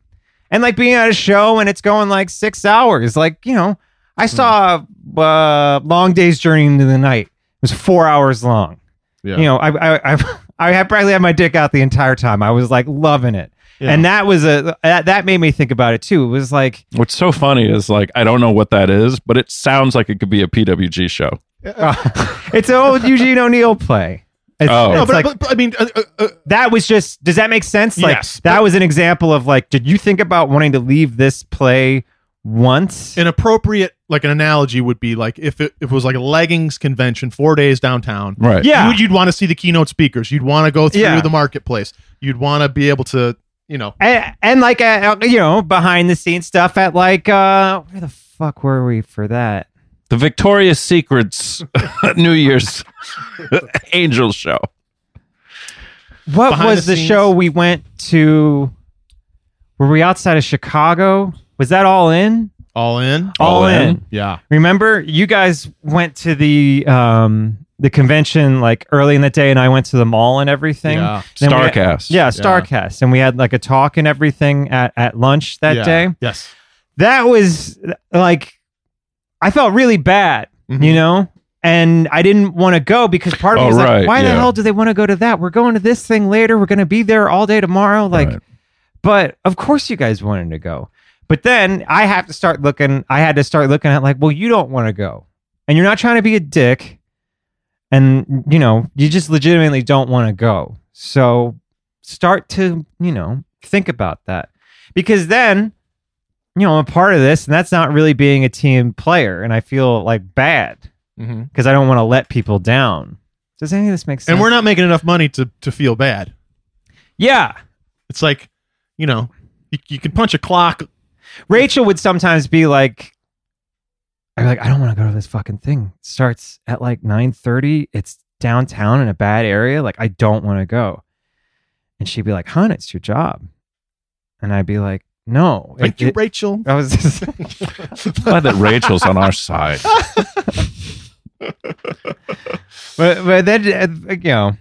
S4: and like being at a show and it's going like six hours like you know
S3: Hmm.
S4: i saw uh, long day's journey into the night it was four hours long
S3: Yeah.
S4: you know i i [LAUGHS] i, I had practically had my dick out the entire time i was like loving it
S3: Yeah.
S4: and that was a that, that made me think about it too it was like
S2: What's so funny is like I don't know what that is, but it sounds like it could be a PWG show.
S3: Uh,
S4: [LAUGHS] it's an old eugene o'neill play it's,
S2: Oh.
S4: it's
S3: no, but,
S4: like,
S3: but, but I mean, uh, uh, uh,
S4: that was just does that make sense like
S3: Yes,
S4: that was an example of like did you think about wanting to leave this play once
S3: an appropriate like an analogy would be like if it, if it was like a leggings convention, four days downtown.
S2: Right.
S4: Yeah.
S3: You, you'd want to see the keynote speakers. You'd want to go through
S4: Yeah.
S3: the marketplace. You'd want to be able to, you know,
S4: and, and like uh, you know behind the scenes stuff at like uh where the fuck were we for that
S2: The Victoria's Secrets [LAUGHS] New Year's [LAUGHS] Angels show.
S4: what
S3: Behind
S4: was
S3: the
S4: the,
S3: scenes?
S4: show we went to were we outside of chicago was that all in
S3: all in.
S2: All In?
S3: Yeah.
S4: remember you guys went to the um the convention like early in the day and i went to the mall and everything
S3: Yeah.
S4: Then we-
S2: Starcast.
S4: Yeah, Starcast. And we had like a talk and everything at, at lunch that
S3: Yeah.
S4: day.
S3: Yes.
S4: That was like, I felt really bad,
S3: Mhm.
S4: you know? And I didn't want to go because part of me
S2: Mm-hmm. Oh,
S4: was
S2: right,
S4: like, why
S2: yeah.
S4: the hell do they want to go to that? We're going to this thing later. We're going to be there all day tomorrow. Like,
S2: Right.
S4: but of course you guys wanted to go. But then I have to start looking, I had to start looking at like, well, you don't want to go. And you're not trying to be a dick. And, you know, you just legitimately don't want to go. So start to, you know, think about that. Because then, you know, I'm a part of this and that's not really being a team player. And I feel like bad
S3: Mm-hmm.
S4: because I don't want to let people down. Does any of this make sense?
S3: And we're not making enough money to to feel bad.
S4: Yeah.
S3: It's like, you know, you, you can punch a clock.
S4: Rachel would sometimes be like, "I'm like, I don't want to go to this fucking thing. It starts at like 9:30. It's downtown in a bad area. Like, I don't want to go." And she'd be like, "Hun, it's your job," and I'd be like, "No." it-
S3: Thank you,
S4: it-
S3: Rachel.
S4: [LAUGHS] I was just,
S2: Glad that Rachel's on our side.
S4: but but then uh, you know,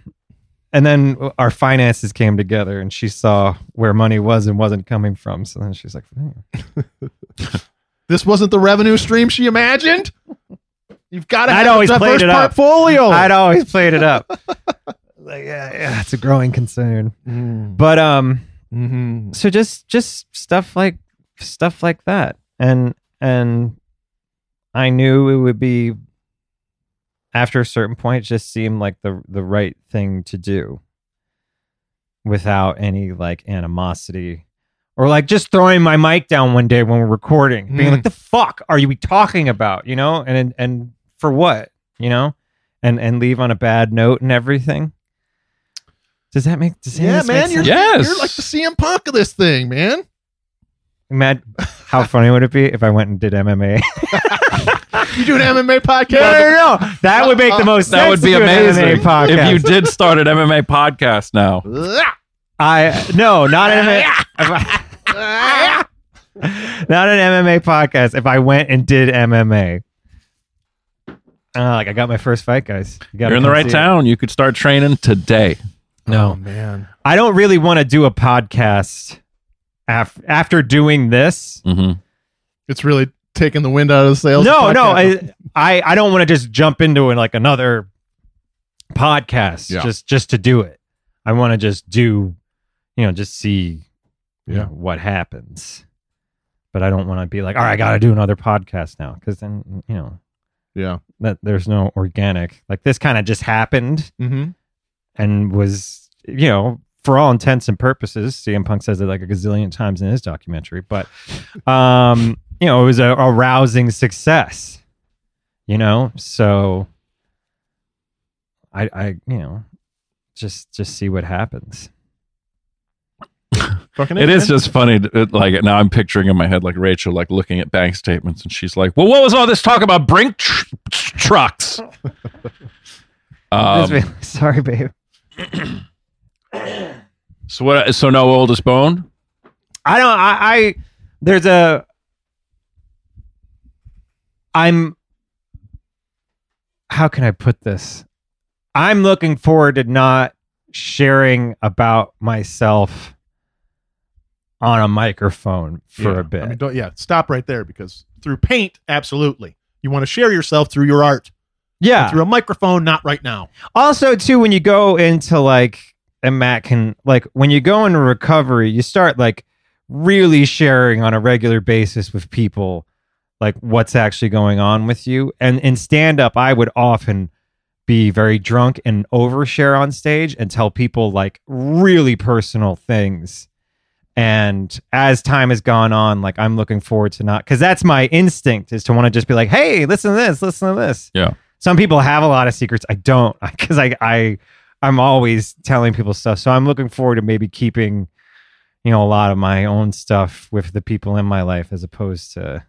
S4: and then our finances came together, and she saw where money was and wasn't coming from. So then she's like, "Hmm."
S3: This wasn't the revenue stream she imagined. You've got to
S4: I'd
S3: have
S4: always
S3: a
S4: played
S3: diverse
S4: it up.
S3: portfolio.
S4: I'd always played it up. [LAUGHS] like, yeah, yeah, it's a growing concern. But um,
S3: Mm-hmm.
S4: so just just stuff like stuff like that, and and I knew it would be after a certain point, it just seemed like the the right thing to do without any like animosity. Or like just throwing my mic down one day when we're recording, being
S3: Mm.
S4: like, "The fuck are you talking about?" You know, and and for what? You know, and and leave on a bad note and everything. Does that make? Does any of
S3: Yeah,
S4: this make
S3: man, you're,
S4: sense?
S2: Yes.
S3: you're like the CM Punk of this thing, man.
S4: Matt, how funny would it be if I went and did MMA?
S3: You
S4: [LAUGHS]
S3: do an MMA podcast.
S4: no, no. That would make the most.
S2: uh, That would
S4: sense
S2: be
S4: to do an
S2: amazing
S4: MMA podcast.
S2: if you did start an MMA podcast now.
S3: [LAUGHS] Ah,
S4: I no, not an
S2: [LAUGHS]
S4: MMA.
S3: ah.
S4: not an MMA podcast. If I went and did MMA, uh, like I got my first fight, guys. You gotta
S2: You're in the
S4: come
S2: right
S4: see it.
S2: town. You could start training today.
S4: No,
S3: man.
S4: I don't really want to do a podcast af- after doing this.
S2: hmm
S3: It's really taking the wind out of the sails.
S4: no
S3: of
S4: no
S3: podcast.
S4: I, I i don't want to just jump into it like another podcast
S3: Yeah.
S4: just just to do it i want to just do you know just see you
S3: Yeah.
S4: know, what happens but i don't want to be like all right i gotta do another podcast now because then you know
S3: yeah.
S4: that there's no organic like this kind of just happened
S3: Mm-hmm.
S4: and was you know for all intents and purposes cm punk says it like a gazillion times in his documentary but um you know it was a, a rousing success you know so i i you know just just see what happens
S3: Fucking
S2: It is
S3: man.
S2: just funny. to- It, like now, I'm picturing in my head like Rachel like looking
S3: [LAUGHS]
S2: at bank statements, and she's like, "Well, what was all this talk about brink tr- tr- trucks?" Um,
S4: [LAUGHS] Sorry, babe.
S2: so what? So no oldest bone.
S4: I don't. I, I there's a. I'm. How can I put this? I'm looking forward to not sharing about myself on a microphone for
S3: Yeah.
S4: a bit.
S3: I mean, don't, yeah, stop right there because through paint, absolutely. You want to share yourself through your art.
S4: yeah.
S3: Through a microphone, not right now.
S4: also too when you go into like and matt can like when you go into recovery you start like really sharing on a regular basis with people like what's actually going on with you and in stand up i would often be very drunk and overshare on stage and tell people like really personal things and as time has gone on like i'm looking forward to not because that's my instinct is to want to just be like hey listen to this listen to this
S2: Yeah.
S4: some people have a lot of secrets i don't [LAUGHS] because i i i'm always telling people stuff so i'm looking forward to maybe keeping you know a lot of my own stuff with the people in my life as opposed to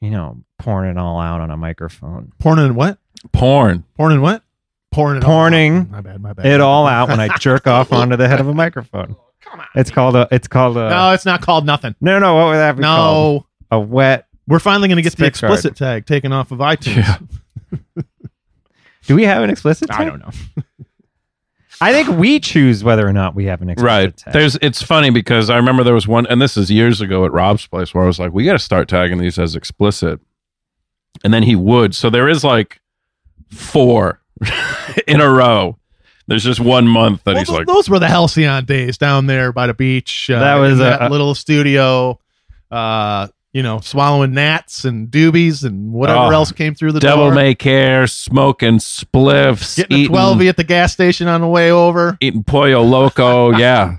S4: you know pouring it all out on a microphone
S3: Porn and what?
S2: Porn.
S3: Porn and what? Porn and
S4: Porning
S3: My bad. My bad.
S4: it all out when i
S3: [LAUGHS]
S4: jerk off onto the head of a microphone
S3: Oh, Come on.
S4: it's called a it's called a
S3: no, it's not called nothing.
S4: no, no, uh, what would that be called?
S3: No,
S4: A wet.
S3: we're finally going to get the
S4: Spit card.
S3: explicit tag taken off
S4: [LAUGHS]
S3: of iTunes.
S2: Yeah.
S4: Do we have an explicit? Tag?
S2: I don't know.
S4: I think we choose whether or not we have an explicit.
S2: Right.
S4: Tag.
S2: There's. It's funny because I remember there was one, and this is years ago at Rob's place where I was like, we got to start tagging these as explicit, and then he would. So there is like four [LAUGHS] in a row. There's just one month that
S3: Well,
S2: he's
S3: th-
S2: like,
S3: those were the Halcyon days down there by the beach. Uh,
S4: That was
S3: in
S4: a-
S3: that little studio. Uh, you know, swallowing gnats and doobies and whatever
S4: Ah,
S2: Oh,
S3: else came through the
S2: devil
S3: door.
S2: may care, smoking spliffs,
S3: Getting a
S2: eating-
S3: 12 at the gas station on the way over.
S2: eating pollo
S3: [LAUGHS]
S2: loco. yeah.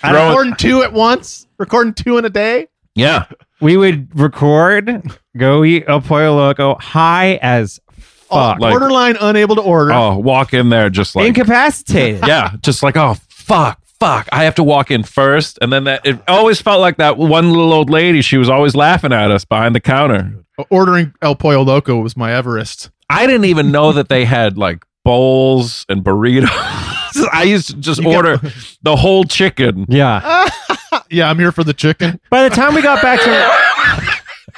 S4: I
S2: Throw it-
S3: recording two at once, recording two in a day.
S2: yeah.
S4: We would record, go eat El Pollo Loco, high as
S3: Oh,
S4: fuck,
S2: like-
S3: borderline unable to order.
S2: Oh, walk in there just Oh, like [LAUGHS]
S4: incapacitated.
S2: yeah, just like oh fuck, fuck. I have to walk in first, and then that it always felt like that one little old lady. She was always laughing at us behind the counter.
S3: Uh, Ordering El Pollo Loco was my Everest.
S2: I didn't even know that they had like bowls and burritos. [LAUGHS] I used to just
S3: You got-
S2: order the whole chicken.
S4: yeah.
S3: Uh, yeah, I'm here for
S2: [LAUGHS]
S3: the chicken.
S4: By the time we got back to,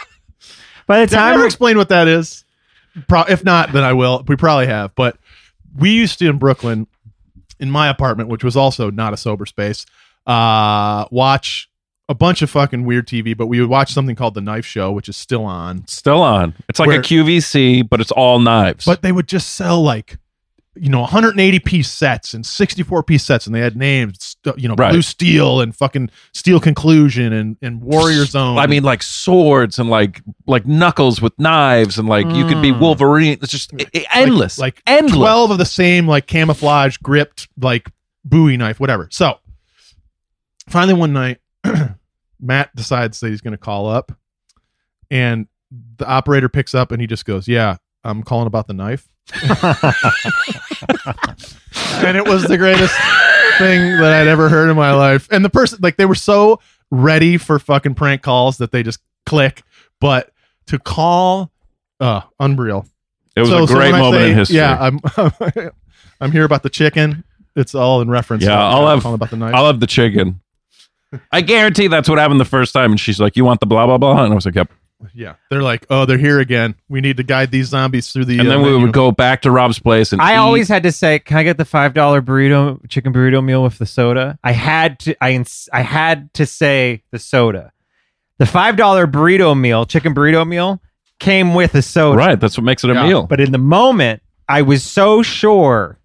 S4: by the
S3: Did I ever
S4: time
S3: explain what that is? Pro- if not, then I will. We probably have, but we used to in Brooklyn, in my apartment, which was also not a sober space, uh, watch a bunch of fucking weird TV. But we would watch something called The Knife Show, which is still on.
S2: Still on. It's like
S3: Where-
S2: a QVC, but it's all knives.
S3: But they would just sell like, you know, 180 piece sets and 64 piece sets, and they had names, st- you know,
S2: Right.
S3: Blue Steel and fucking Steel Conclusion and and Warrior Zone.
S2: I mean, like swords and like like knuckles with knives and like you could be
S3: Mm.
S2: Wolverine. It's just i- i-
S3: Like-
S2: endless,
S3: like,
S2: endless.
S3: 12 of the same like camouflage gripped like Bowie knife, whatever. So finally one night, [CLEARS THROAT] Matt decides that he's going to call up, and the operator picks up and he just goes, "Yeah, I'm calling about
S2: [LAUGHS]
S3: the knife." and it was the greatest thing that I'd ever heard in my life. And the person, like, they were so ready for fucking prank calls that they just click. But to call, uh, unreal.
S2: It was
S3: So-
S2: a
S3: so
S2: great
S3: when I
S2: moment
S3: say,
S2: in history.
S3: Yeah, I'm, [LAUGHS] I'm here about the chicken. It's all in reference.
S2: Yeah,
S3: to
S2: I'll have-
S3: all about the knife.
S2: I love the chicken.
S3: uh,
S2: I guarantee that's what happened the first time. And she's like, "You want the blah blah blah?" And I was like, "Yep."
S3: yeah, they're like, oh, they're here again. We need to guide these zombies through the.
S2: And
S3: uh,
S2: then we
S3: menu."
S2: would go back to Rob's place, and
S4: I
S2: eat.
S4: always had to say, "Can I get the five dollar burrito, chicken burrito meal with the soda?" I had to, I, ins- I had to say the soda. The five dollar burrito meal, chicken burrito meal, came with a soda.
S2: right. That's what makes it a
S3: Yeah,
S2: meal.
S4: But in the moment, I was so sure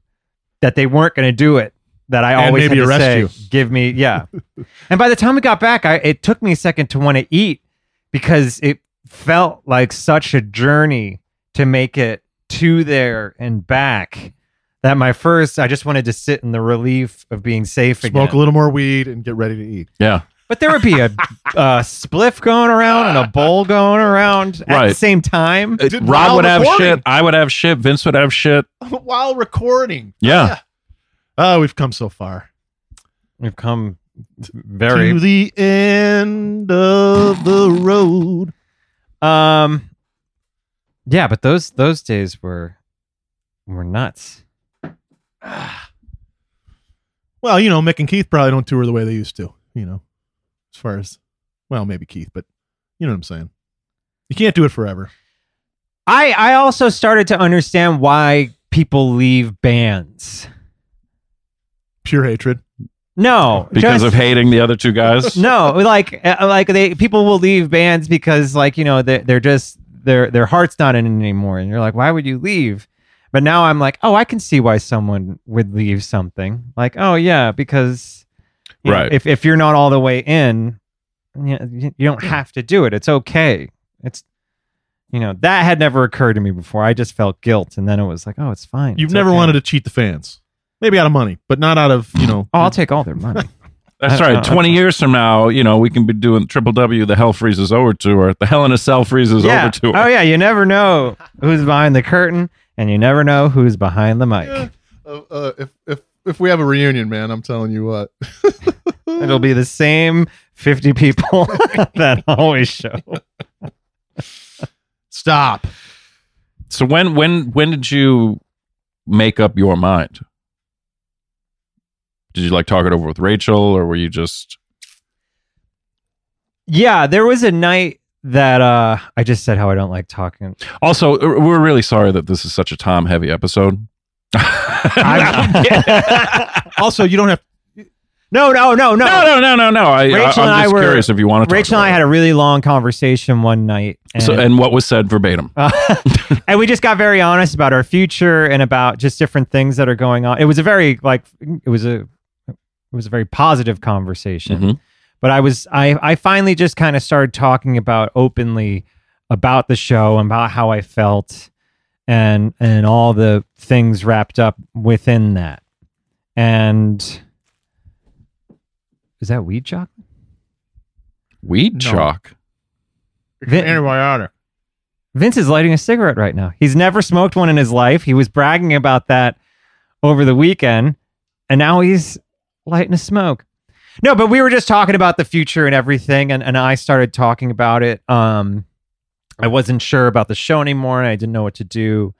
S4: that they weren't going to do it that I
S3: And
S4: always
S3: maybe
S4: had to
S3: arrest
S4: say,
S3: you.
S4: "Give
S3: [LAUGHS]
S4: me, yeah." and by the time we got back, I, it took me a second to want to eat because it felt like such a journey to make it to there and back. That my first, I just wanted to sit in the relief of being safe
S3: smoke a
S4: again.
S3: little more weed and get ready to eat. [LAUGHS]
S2: yeah,
S4: But there would be a, a spliff going around and a bowl going around at the
S2: Right.
S4: same time.
S2: Uh,
S3: did
S2: Rob
S3: while
S2: would have
S3: recording.
S2: shit. I would have shit. Vince would have shit.
S3: While recording.
S2: Yeah.
S3: Oh, we've come so far.
S4: We've come very
S3: To the end of the road.
S4: Um, yeah, but those those days were were nuts.
S3: Well, you know, Mick and Keith probably don't tour the way they used to, you know, as far as, well, maybe Keith, but you know what I'm saying. You can't do it forever.
S4: I I also started to understand why people leave bands.
S3: Pure hatred.
S4: No,
S2: because
S4: just-
S2: of hating the other two guys.
S4: no, like uh, like they people will leave bands because like you know they they're just their their heart's not in it anymore, and you're like, why would you leave? But now I'm like, oh, I can see why someone would leave something. Like, oh yeah, because you know,
S2: Right.
S4: if if you're not all the way in, you, know, you you don't have to do it. It's okay. It's you know that had never occurred to me before. I just felt guilt, and then it was like, oh, it's fine.
S3: You've
S4: It's
S3: never
S4: okay.
S3: wanted to cheat the fans. Maybe out of money, but not out of, you know,
S4: Oh, I'll take all their money.
S2: That's
S4: I-
S2: right.
S4: I-
S2: Twenty years from now, you know, we can be doing Triple W, the Hell Freezes Over Tour, the Hell in a Cell Freezes
S4: yeah.
S2: Over Tour.
S4: Oh yeah, you never know who's behind the curtain, and you never know who's behind the mic.
S5: Yeah. Uh, uh, if if if we have a reunion, man, I'm telling you what.
S4: It'll be the same fifty people [LAUGHS] that always show.
S3: stop.
S2: So when when when did you make up your mind? Did you like talk it over with Rachel, or were you just
S4: Yeah, there was a night that uh I just said how I don't
S2: [LAUGHS]
S4: like talking.
S2: also? er, We're really sorry that this is such a Tom heavy episode.
S4: I'm-
S3: Also, you don't have,
S4: no, no, no, no.
S2: no, no, no, no, no. I,
S4: Rachel
S2: I, am just
S4: and I were-
S2: curious if you want to. Talk
S4: Rachel and I had a really long conversation one night, and,
S2: so, and what was said verbatim.
S4: uh, [LAUGHS] and we just got very honest about our future and about just different things that are going on. It was a very like it was a it was a very positive conversation.
S2: Mhm.
S4: But I was I I finally just kind of started talking about openly about the show and about how I felt and and all the things wrapped up within that. And is that weed chalk?
S2: Weed chalk.
S4: Vin-
S3: antibiotic.
S4: Vince is lighting a cigarette right now. He's never smoked one in his life. He was bragging about that over the weekend, and now he's lighting a smoke. No, but we were just talking about the future and everything, and, and I started talking about it. Um, I wasn't sure about the show anymore, and I didn't know what to do.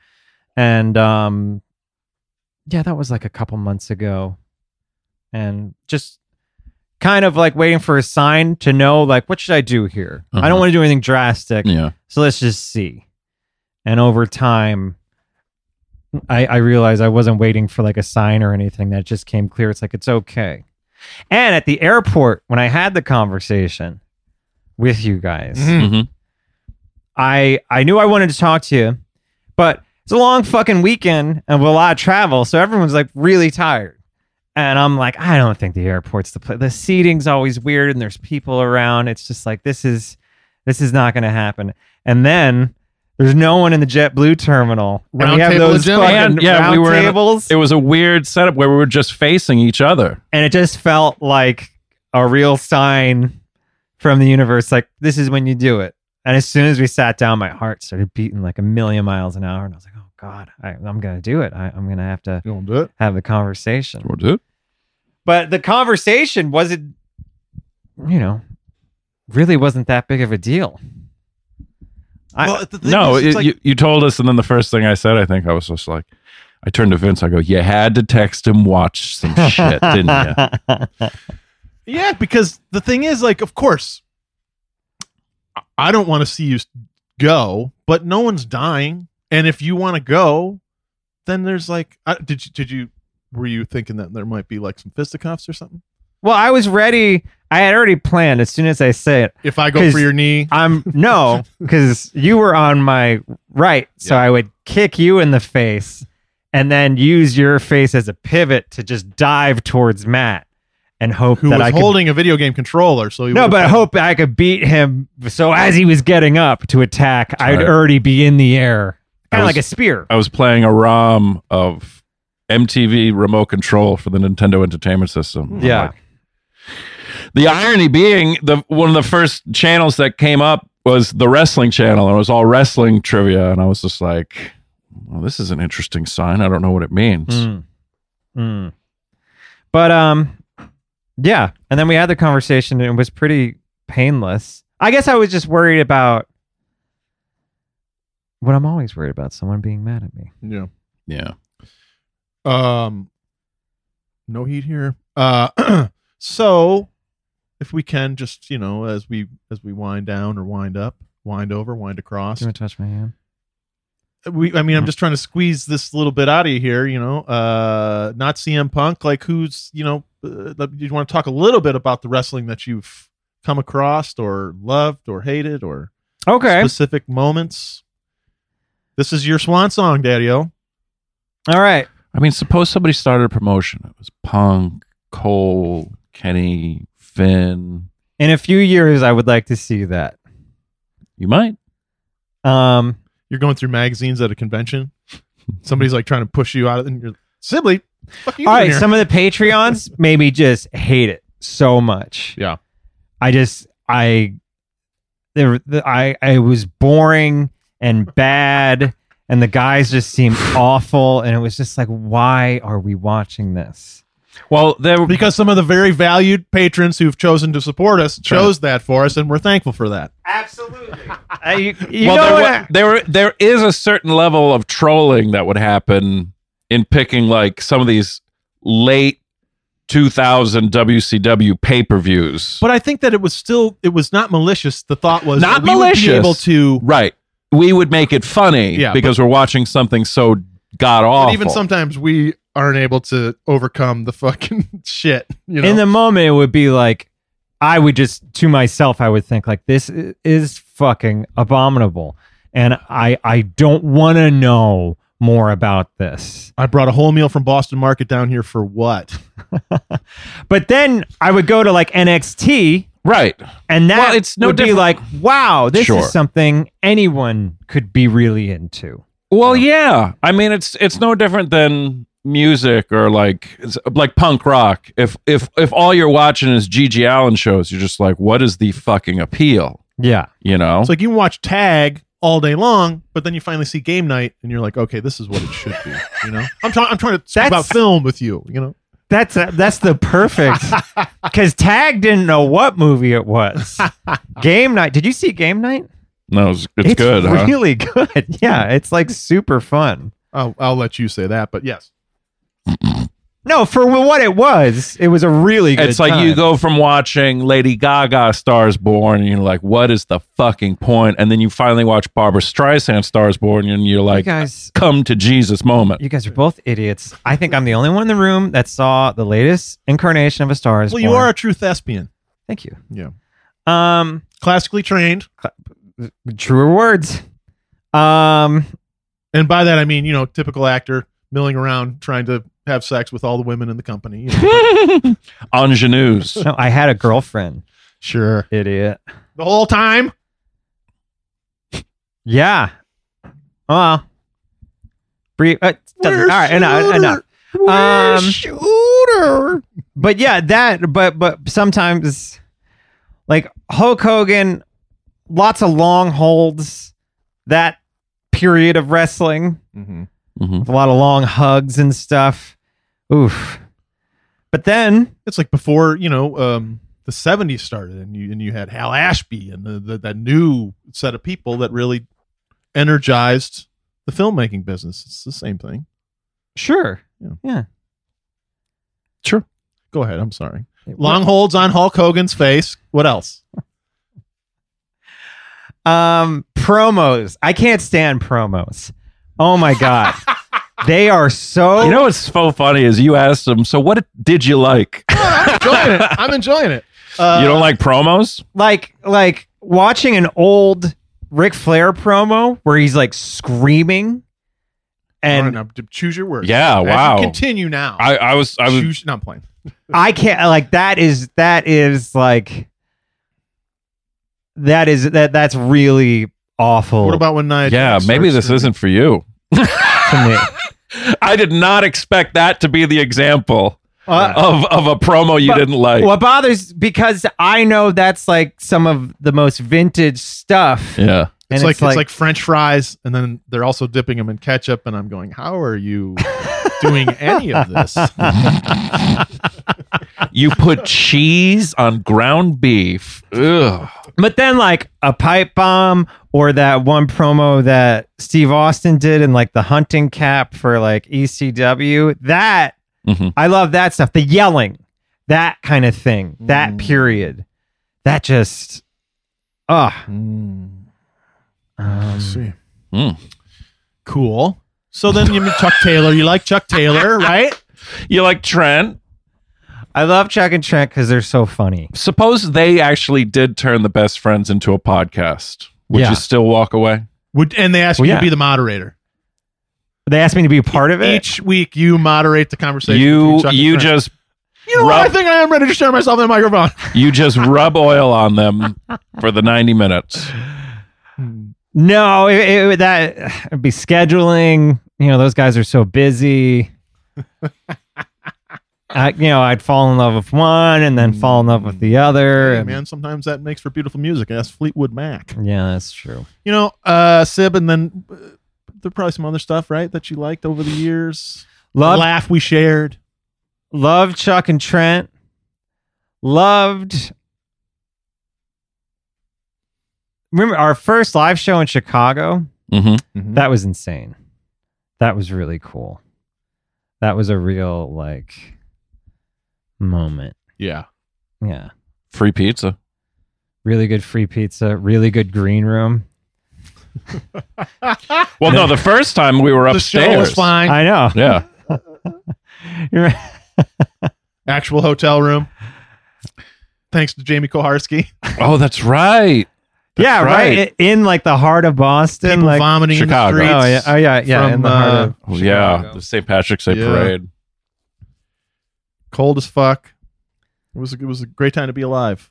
S4: And um, yeah, that was like a couple months ago, and just kind of like waiting for a sign to know, like, what should I do here? I
S2: Uh-huh.
S4: don't want to do anything drastic.
S2: Yeah.
S4: So let's just see. And over time, I, I realized I wasn't waiting for like a sign or anything. That just came clear. It's like, it's okay. And at the airport, when I had the conversation with you guys,
S2: hmm
S4: I, I knew I wanted to talk to you, but it's a long fucking weekend and with a lot of travel. So everyone's like really tired. And I'm like, I don't think the airport's the place. The seating's always weird and there's people around. It's just like, this is, this is not going to happen. And then there's no one in the JetBlue terminal. and
S5: Round
S4: we have
S5: table
S4: those
S5: agenda.
S4: fucking
S2: And, yeah,
S4: round
S2: we were in a-
S4: tables.
S2: It was a weird setup where we were just facing each other.
S4: and it just felt like a real sign from the universe like this is when you do it and as soon as we sat down my heart started beating like a million miles an hour and i was like oh god I, i'm gonna do it I, i'm gonna have to
S3: You don't do it.
S4: have the conversation
S2: We'll do it.
S4: but the conversation wasn't you know really wasn't that big of a deal I-
S3: the thing
S2: No,
S3: is, it's
S2: it,
S3: like-
S2: you, you told us, and then the first thing I said, I think I was just like, I turned to Vince. I go, "You had to text him, watch some shit, didn't you?"
S3: Yeah, because the thing is, like, of course, I- I don't want to see you s- go, but no one's dying, and if you want to go, then there's like, I, did you did you were you thinking that there might be like some fisticuffs or something?
S4: [LAUGHS] well i was ready i had already planned as soon as i said it
S3: If I go
S4: 'Cause-
S3: for your knee,
S4: I'm
S3: [LAUGHS]
S4: no, because you were on my right, so I would kick you in the face and then use your face as a pivot to just dive towards Matt and hope
S3: who
S4: that
S3: was
S4: I could.
S3: holding a video game controller, so he
S4: no,
S3: would've-
S4: but I hope I could beat him. So as he was getting up to attack, I'd
S2: Right.
S4: already be in the air,
S2: I
S4: kind of
S2: was-
S4: like a spear.
S3: Oh,
S2: I was playing a ROM of MTV Remote Control for the Nintendo Entertainment System. I'm
S4: Yeah.
S2: like, The irony being, the one of the first channels that came up was the wrestling channel, and it was all wrestling trivia, and I was just like, "Well, this is an interesting sign. I don't know what it means."
S4: Mm. Mm. But um, yeah. And then we had the conversation, and it was pretty painless. I guess I was just worried about what I'm always worried about: someone being mad at me.
S3: yeah.
S2: Yeah,
S3: Um, no heat here. Uh, [CLEARS THROAT] so if we can just you know as we as we wind down or wind up, wind over, wind across.
S4: you want to touch my hand?
S3: We, I mean, I'm just trying to squeeze this little bit out of you here. You know, uh, not CM Punk. Like who's you know, uh, do you want to talk a little bit about the wrestling that you've come across or loved or hated or
S4: Okay.
S3: specific moments? This is your swan song, Daddy-O.
S4: All right.
S2: I mean, suppose somebody started a promotion. It was Punk, Cole, Kenny, Finn.
S4: In a few years, I would like to see that.
S2: You might.
S4: Um,
S3: You're going through magazines at a convention. Somebody's like trying to push you out, of, and you're Sibley. Fuck you
S4: all
S3: doing
S4: right.
S3: here?"
S4: Some of the Patreons [LAUGHS] maybe just hate it so much.
S2: Yeah.
S4: I just, I, there, the, I, I was boring and bad, and the guys just seemed awful, and it was just like, why are we watching this?
S2: Well, there.
S3: because some of the very valued patrons who've chosen to support us chose that for us, and we're thankful for that.
S4: Absolutely. you you
S2: well,
S4: know
S2: there,
S4: what?
S2: wa- there there is a certain level of trolling that would happen in picking like some of these late 2000 WCW pay per views.
S3: But I think that it was still it was not malicious. The thought was
S2: Not
S3: that we would
S2: malicious.
S3: be able to
S2: Right, we would make it funny
S3: Yeah,
S2: because we're watching something so god
S5: But
S2: awful.
S5: even sometimes we aren't able to overcome
S3: [LAUGHS]
S5: the fucking shit. You know,
S4: in the moment it would be like i would just to myself i would think like this i- is fucking abominable and i i don't want to know more about this
S3: I brought a whole meal from Boston Market down here for what?
S4: but then i would go to like nxt
S2: right.
S4: and that
S2: Well, it's no
S4: would be
S2: different-
S4: like wow this
S2: Sure.
S4: is something anyone could be really into
S2: Well, yeah. I mean, it's it's no different than music or like it's like punk rock. If if if all you're watching is Gigi Allen shows, you're just like, what is the fucking appeal?
S4: yeah
S2: You know.
S3: It's like you can watch Tag all day long, but then you finally see Game Night, and you're like, okay, this is what it should be. You know, I'm trying. I'm trying to speak
S4: That's-
S3: about film with you. You know,
S4: that's that's the [LAUGHS] perfect because tag didn't know what movie it [LAUGHS] was game night did you see game night
S2: no, it's, it's, good. huh?
S4: really [LAUGHS] good. Yeah, it's like super fun.
S3: I'll, I'll let you say that, but yes,
S4: No, for what it was, it was a really good.
S2: It's like you
S4: time.
S2: go from watching Lady Gaga Stars Born and you're like, what is the fucking point? And then you finally watch Barbara Streisand Stars Born and you're
S4: you
S2: like,
S4: guys,
S2: come to Jesus moment.
S4: you guys are both idiots. I think I'm the only one in the room that saw the latest incarnation of a Star Is
S3: well,
S4: Born.
S3: you are a true thespian,
S4: Thank you.
S3: Yeah.
S4: Um,
S3: classically trained,
S4: truer words. [LAUGHS] Um,
S3: and by that I mean you know typical actor milling around trying to have sex with all the women in the company. you
S4: [LAUGHS]
S3: know.
S2: Ingenues.
S4: no, I had a girlfriend.
S3: sure,
S4: Idiot.
S3: the whole time.
S4: Yeah. Well. Brief. Uh, doesn't, all right. Enough. Enough. Um,
S3: shooter.
S4: but yeah, that. But but sometimes, like Hulk Hogan, lots of long holds. That period of wrestling,
S2: Mhm.
S4: a lot of long hugs and stuff. Oof. But then,
S3: It's like before you know um, the '70s started, and you and you had Hal Ashby and the, the that new set of people that really energized the filmmaking business. It's the same thing.
S4: sure,
S3: Go ahead. I'm sorry. Long holds on Hulk Hogan's face. What else?
S4: um promos. I can't stand promos. Oh my
S3: [LAUGHS]
S4: god, they are so.
S2: You know what's so funny is you asked them, so what did you like? [LAUGHS]
S5: enjoying it. I'm enjoying it.
S3: Uh,
S2: you don't like promos?
S4: like like watching an old Ric Flair promo where he's like screaming
S3: and
S4: and
S3: choose your words.
S2: Yeah,
S3: As you
S2: wow.
S3: Continue now.
S2: I, I was I was
S3: choose. Not playing.
S4: I can't like that is that is like that is that that's really awful
S3: What about when I?
S2: yeah, maybe this isn't for you.
S4: to me.
S2: [LAUGHS] I did not expect that to be the example
S4: Uh,
S2: of of a promo you
S4: But-
S2: didn't like.
S4: what bothers because I know that's like some of the most vintage stuff.
S2: Yeah.
S3: It's
S4: and
S3: like, it's like French fries, and then they're also dipping them in ketchup. And I'm going, how are [LAUGHS] you doing any of this?
S2: You put
S3: [LAUGHS]
S2: cheese on ground beef. Ugh.
S4: But then like a pipe bomb or that one promo E that Steve Austin did in like the hunting cap for like ECW, that
S2: Mhm.
S4: I love that stuff. The yelling, that kind of thing, that
S5: Mm.
S4: period, that just, ah.
S5: I see.
S3: Cool. So then you mean Chuck Taylor. You like Chuck Taylor, right?
S2: You like Trent?
S4: I love Chuck and Trent because they're so funny.
S2: Suppose they actually did turn the best friends into a podcast. Would
S4: Yeah.
S2: you still walk away?
S3: Would and they asked
S4: Well,
S3: you
S4: yeah.
S3: to be the moderator.
S4: They asked me to be a part of it.
S3: E-, Each week you moderate the conversation. between
S2: you
S3: Chuck and
S2: you
S3: Trent.
S2: just
S3: You know what?
S2: rub-
S3: I think I am ready to share myself in the microphone.
S2: you
S3: [LAUGHS]
S2: just rub oil on them for the 90 minutes.
S4: No, it, it, that would be scheduling. You know, those guys are so
S3: [LAUGHS]
S4: busy. I, you know, I'd fall in love with one and then fall in love with the other.
S3: Mm-hmm. Hey,
S4: and-
S3: man, sometimes that makes for beautiful music. And that's Fleetwood Mac.
S4: Yeah, that's true.
S3: You know, uh, Sib, and then uh, there probably some other stuff, right, that you liked over the years.
S4: Love,
S3: Laugh we shared.
S4: loved Chuck and Trent. Loved. Remember our first live show in Chicago?
S3: Mm-hmm.
S2: hmm
S4: That was insane. That was really cool. That was a real like moment.
S3: Yeah.
S4: Yeah.
S2: Free pizza.
S4: Really good free pizza, really good green room.
S2: Well, no, the first time we were
S3: The
S2: upstairs.
S3: show was fine. [LAUGHS]
S4: I know.
S2: Yeah.
S4: You're-
S3: Actual hotel room. Thanks to Jamie Koharski.
S2: Oh, that's
S3: [LAUGHS]
S2: right. That's
S4: yeah, right.
S2: right.
S4: In like the heart of Boston.
S3: People
S4: like
S3: vomiting
S2: Chicago.
S3: in the
S4: Oh yeah.
S3: streets.
S4: Oh yeah, yeah,
S3: from,
S4: in the heart
S3: uh,
S4: of
S2: Oh, yeah.
S4: Chicago.
S2: The St. Patrick's Day
S3: Yeah.
S2: parade.
S3: Cold as fuck. It was, a, it was a great time to be alive.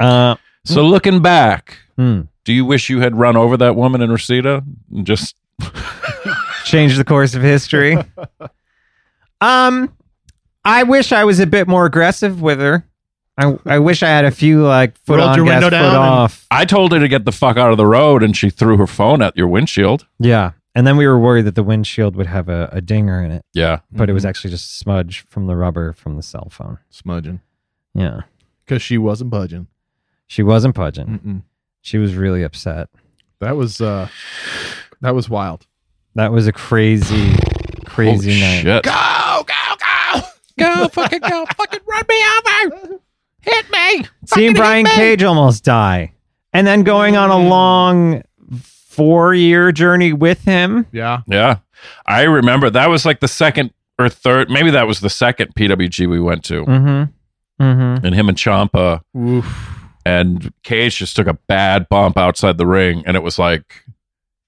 S4: uh,
S2: So looking back,
S3: [LAUGHS]
S4: hmm.
S2: do you wish you had run over that woman in Reseda and just
S4: change the course of
S3: [LAUGHS]
S4: history. um, I wish I was a bit more aggressive with her. I, I wish I had a few like foot
S3: Rolled
S4: on
S3: your
S4: gas,
S3: window
S4: foot
S3: down and-
S4: off.
S2: I told her to get the fuck out of the road and she threw her phone at your windshield.
S4: Yeah, and then we were worried that the windshield would have a, a dinger in it,
S2: Yeah.
S4: but
S3: Mm-hmm.
S4: it was actually just a smudge from the rubber from the cell phone.
S3: Smudging.
S4: Yeah,
S3: Because she wasn't budging.
S4: she wasn't pudging.
S3: Mm-mm.
S4: She was really upset.
S3: That was uh, that was wild.
S4: That was a crazy, crazy
S2: Holy
S4: night.
S2: shit.
S3: Go, go, go.
S2: Go fucking go fucking run me over. Hit me.
S4: Seeing Brian Cage almost die, and then going on a long four-year journey with him.
S3: Yeah.
S2: Yeah. I remember that was like the second or third, maybe that was the second PWG we went to.
S4: Mm-hmm. Mm-hmm.
S2: And him and Champa and Cage just took a bad bump outside the ring and it was like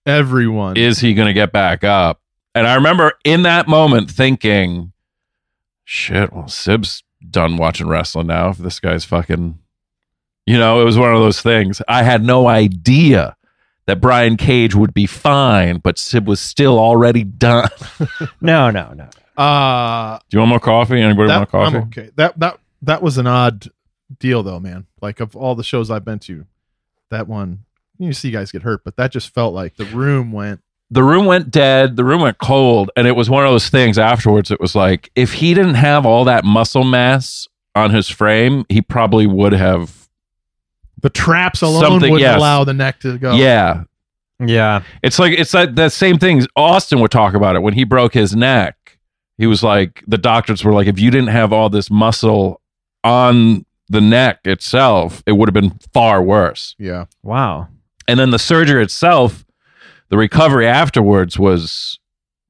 S3: Everyone.
S2: is he going to get back up? And I remember in that moment thinking, shit, well, Sib's done watching wrestling now. If this guy's fucking, you know, it was one of those things. I had no idea that Brian Cage would be fine, but Sib was still already done. [LAUGHS]
S4: No, no, no.
S3: uh,
S2: Do you want more coffee? Anybody
S3: that,
S2: want a coffee?
S3: I'm okay. That that that was an odd deal though, man. Like of all the shows I've been to, that one you see guys get hurt, but that just felt like the room went.
S2: the room went dead the room went cold and it was one of those things afterwards it was like if he didn't have all that muscle mass on his frame he probably would have
S3: The traps alone
S2: Something-
S3: wouldn't
S2: yes.
S3: allow the neck to go.
S2: yeah
S4: Yeah.
S2: it's like it's like the same thing austin would talk about it when he broke his neck he was like the doctors were like if you didn't have all this muscle on the neck itself it would have been far worse
S3: Yeah.
S4: Wow.
S2: and then the surgery itself the recovery afterwards was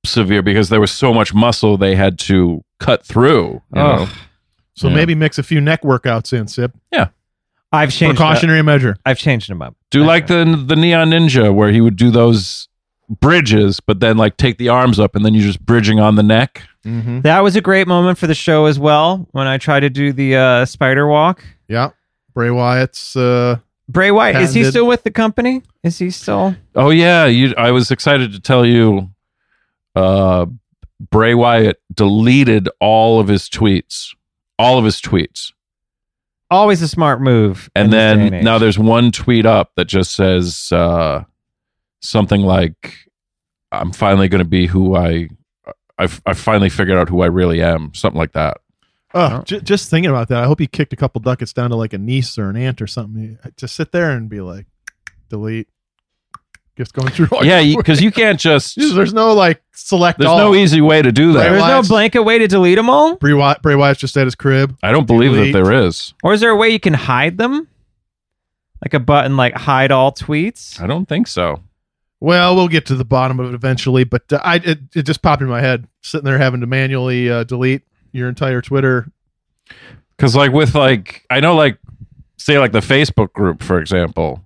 S2: severe because there was so much muscle they had to cut through you know?
S4: Ugh.
S3: So
S2: Yeah.
S3: maybe mix a few neck workouts in, Sip.
S4: I've changed. Precaution.
S3: Precautionary measure.
S4: I've changed him up.
S2: do like the the neon ninja where he would do those bridges but then like take the arms up and then you're just bridging on the neck
S3: Mm-hmm.
S4: That was a great moment for the show as well when I tried to do the uh, spider walk.
S3: Yeah. Bray Wyatt's uh
S4: Bray White is he
S3: Patented.
S4: still with the company? Is he still?
S2: oh yeah you i was excited to tell you uh bray wyatt deleted all of his tweets all of his tweets
S4: Always a smart move. in
S2: and
S4: this day and
S2: then
S4: age.
S2: now there's one tweet up that just says uh, something like i'm finally going to be who i I've, i finally figured out who i really am something like that
S3: Oh, j- just thinking about that, I hope he kicked a couple ducats down to like a niece or an aunt or something. To sit there and be like, delete, Just going through. All
S2: yeah,
S3: [LAUGHS] your-
S2: because you can't
S4: [LAUGHS]
S2: just. There's
S3: there's no like select. all.
S2: no e-, easy way to do that.
S3: Right.
S4: There's no
S3: Wyatt's-
S4: blanket way to delete them all,
S3: Bray, Wy- Bray Wyatt's just at his crib.
S2: I don't believe that
S3: Delete.
S2: there is.
S4: or is there a way you can hide them? Like a button, like hide all tweets.
S3: Uh,
S2: I don't think so.
S3: Well, we'll get to the bottom of it eventually, but uh, I it, it just popped in my head sitting there having to manually uh, delete your entire Twitter.
S2: Because like with like I know like say like the Facebook group for example,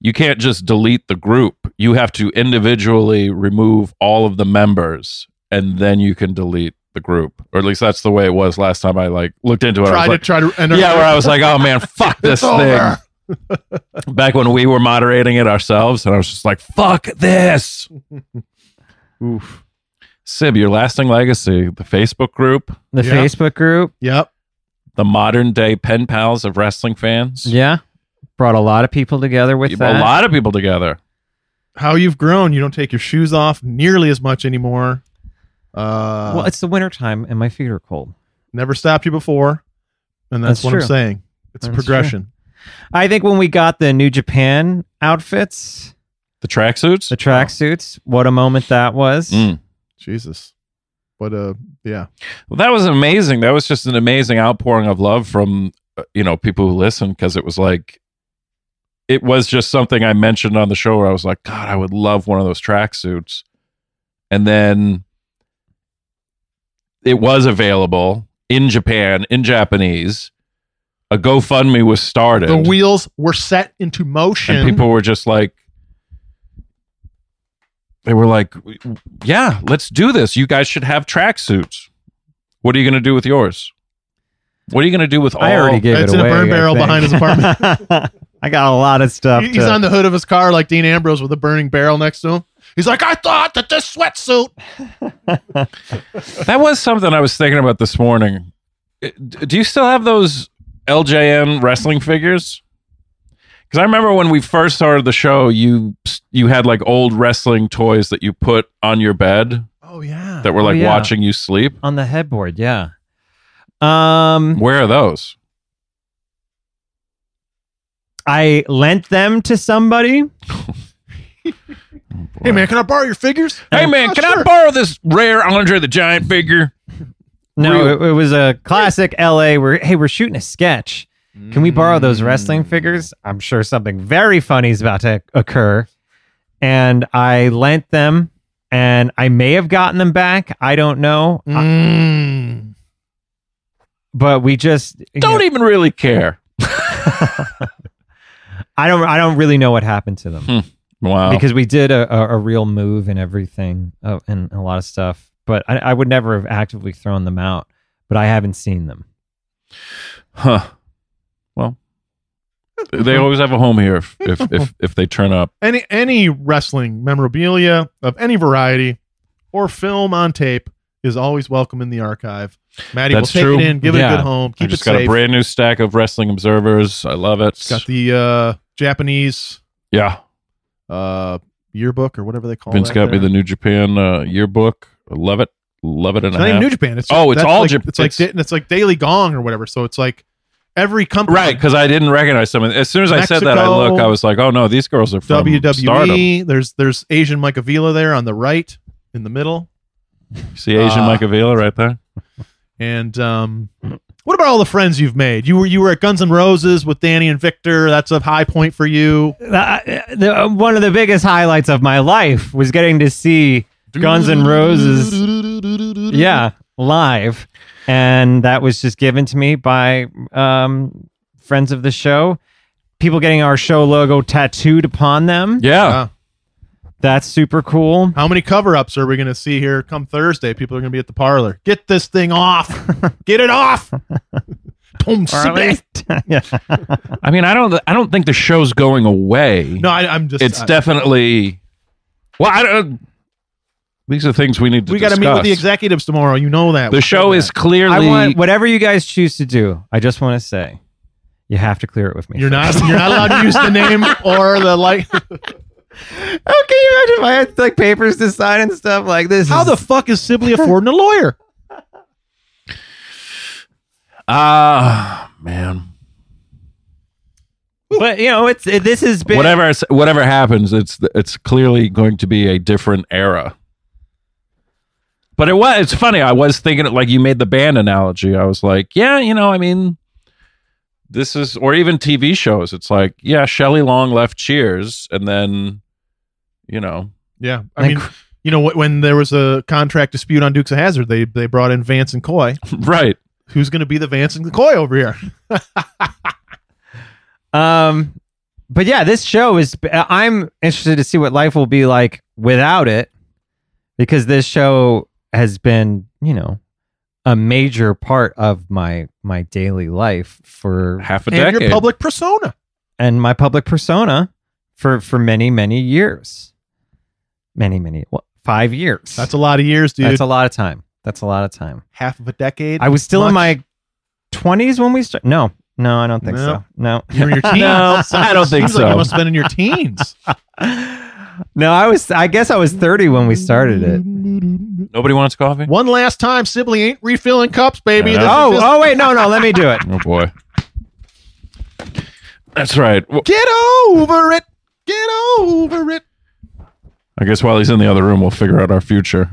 S2: you can't just delete the group. You have to individually remove all of the members, and then you can delete the group. Or at least that's the way it was last time I like looked into it. I
S3: try
S2: was
S3: to [LAUGHS]
S2: like, [LAUGHS]
S3: try to enter.
S2: yeah, where I was like, oh
S3: [LAUGHS]
S2: man, fuck this
S3: It's
S2: thing. [LAUGHS]
S3: over.
S2: Back when we were moderating it ourselves, and I was just like, fuck this.
S3: [LAUGHS] Oof.
S2: Sib, your lasting legacy, the Facebook group,
S4: The
S3: Yeah.
S4: Facebook group,
S3: Yep.
S2: the modern day pen pals of wrestling fans.
S4: yeah, brought a lot of people together with
S2: a
S4: that.
S2: lot of people together.
S3: How you've grown. You don't take your shoes off nearly as much anymore. Uh,
S4: Well, it's the wintertime and my feet are cold.
S3: never stopped you before, and that's,
S4: That's
S3: what
S4: true.
S3: I'm saying. It's a
S4: That's
S3: progression.
S4: I think when we got the New Japan outfits,
S2: The tracksuits?
S4: the tracksuits, what a moment that was.
S2: Mm.
S3: Jesus. But uh, yeah.
S2: Well, that was amazing. That was just an amazing outpouring of love from uh, you know people who listen because it was like it was just something I mentioned on the show where I was like, God, I would love one of those tracksuits, and then it was available in Japan in Japanese. A GoFundMe was started,
S3: The wheels were set into
S2: and
S3: motion.
S2: people were just like. They were like, "Yeah, let's do this. You guys should have tracksuits. What are you going to do with yours? What are you going to do with all?"
S4: I already gave
S3: Oh, It's
S4: it
S3: in a
S4: away.
S3: burn barrel
S4: I think.
S3: behind his
S4: apartment. [LAUGHS] I got a lot of stuff.
S3: He- he's
S4: to-
S3: on the hood of his car like Dean Ambrose with a burning barrel next to him. He's like, I thought that this sweatsuit.
S2: that was something I was thinking about this morning. Uh, d- Do you still have those LJN wrestling figures? Because I remember when we first started the show, you you had like old wrestling toys that you put on your bed
S3: Oh yeah.
S2: that were
S4: [LAUGHS] Oh,
S2: like
S4: yeah.
S2: watching you sleep.
S4: on the headboard. Yeah. Um,
S2: Where are those?
S4: I lent them to somebody.
S3: Hey man, can I borrow your figures?
S2: Hey man,
S3: Oh,
S2: can I
S3: sure.
S2: borrow this rare Andre the Giant figure?
S4: No, it, it was a classic LA. Where hey, we're shooting a sketch. Can we borrow those wrestling figures? I'm sure something very funny is about to occur. And I lent them, and I may have gotten them back. I don't know, Uh,
S3: Mm.
S4: but we just you
S2: Don't
S4: know,
S2: even really care.
S4: I don't. I don't really know what happened to them.
S2: Wow.
S4: because we did a, a, a real move and everything uh, and a lot of stuff but I, I would never have actively thrown them out but i haven't seen them
S2: Huh. Well,
S3: [LAUGHS]
S2: they always have a home here if if if, if they turn up.
S3: Any any wrestling memorabilia of any variety or film on tape is always welcome in the archive. Maddie
S2: That's
S3: will take
S2: true.
S3: it in, give it
S4: Yeah.
S3: a good home,
S2: I
S3: keep it
S2: just got
S3: safe.
S2: a brand new stack of Wrestling Observers. I love it.
S3: it's got the uh, Japanese
S2: yeah,
S3: uh, yearbook or whatever they call
S2: Vince
S3: that
S2: got me the
S3: there.
S2: New Japan uh, yearbook. I love it. Love it and
S3: It's
S2: a
S3: not even
S2: half.
S3: New Japan. It's
S2: Oh, it's
S3: that's
S2: all
S3: like,
S2: Jap-
S3: It's like
S2: it's-
S3: da- it's like Daily Gong or whatever. So it's like every company,
S2: Right, because I didn't recognize someone. As soon as I said that, I
S3: Mexico, E.
S2: look. I was like, "Oh no, these girls are from
S3: WWE.
S2: Stardom."
S3: There's there's Asian Mike Avila there on the right, in the middle,
S2: See Asian
S3: Ah.
S2: Mike Avila right there.
S3: and um, what about all the friends you've made? You were you were at Guns N' Roses with Danny and Victor. That's a high point for you.
S4: The- uh, the- one of the biggest highlights of my life was getting to see guns N' roses yeah live and that was just given to me by um, friends of the show people getting our show logo tattooed upon them
S2: Yeah,
S3: Wow.
S4: that's super cool
S3: How many cover ups are we going to see here come Thursday? People are going to be at the parlor. Get this thing off.
S2: [LAUGHS]
S3: Get it off. Boom, smash.
S4: [LAUGHS] yeah.
S2: I mean, I don't. I don't think the show's going away.
S3: no, I, I'm just.
S2: it's
S3: I-
S2: definitely. Well, I don't. These are things we need to.
S3: we got to meet with the
S2: discuss.
S3: executives tomorrow. You know that.
S2: The
S3: We
S2: show
S3: said
S2: is
S3: that.
S2: clearly.
S4: I want whatever you guys choose to do. I just want to say, you have to clear it with me.
S3: You're not.
S4: first.
S3: You're not allowed to use the name or the like.
S4: How [LAUGHS] can you imagine if I had like papers to sign and stuff like this?
S3: How
S4: is-
S3: the fuck is Sibley affording a lawyer?
S2: Ah, man.
S4: But you know, it's it, this has been
S2: whatever it's- whatever happens, it's it's clearly going to be a different era. But it was it's funny. I was thinking it like you made the band analogy. I was like, yeah, you know, I mean, this is or even TV shows. It's like, yeah, Shelley Long left Cheers, and then, you know, [LAUGHS]
S3: Yeah, I
S4: Like-
S3: mean, you know, wh- when there was a contract dispute on Dukes of Hazard, they they brought in Vance and Coy.
S2: right?
S3: Who's going to be the Vance and Coy over here?
S4: Um, but yeah, this show is. I'm interested to see what life will be like without it, because this show has been, you know, a major part of my my daily life for
S2: Half a
S3: and
S2: decade.
S3: your public persona.
S4: and my public persona for for many many years, many many what, five years.
S3: That's a lot of years, dude.
S4: that's a lot of time. That's a lot of time.
S3: Half of a decade.
S4: I was still in
S3: Much.
S4: my twenties when we started. No, no, I don't think
S3: No.
S4: so. No,
S3: You were in your teens.
S2: No,
S3: Sounds-
S2: I don't think
S3: seems like
S2: so.
S3: you must have been in your teens.
S4: no, I was. I guess I was thirty when we started it.
S2: Nobody wants coffee.
S3: One last time, Sibley ain't refilling cups, baby.
S2: Yeah.
S3: This is
S4: Oh,
S3: just-
S4: oh wait, no, no, let me do it.
S2: Oh boy, that's right. Well,
S3: get over it. Get over it.
S2: I guess while he's in the other room, we'll figure out our future.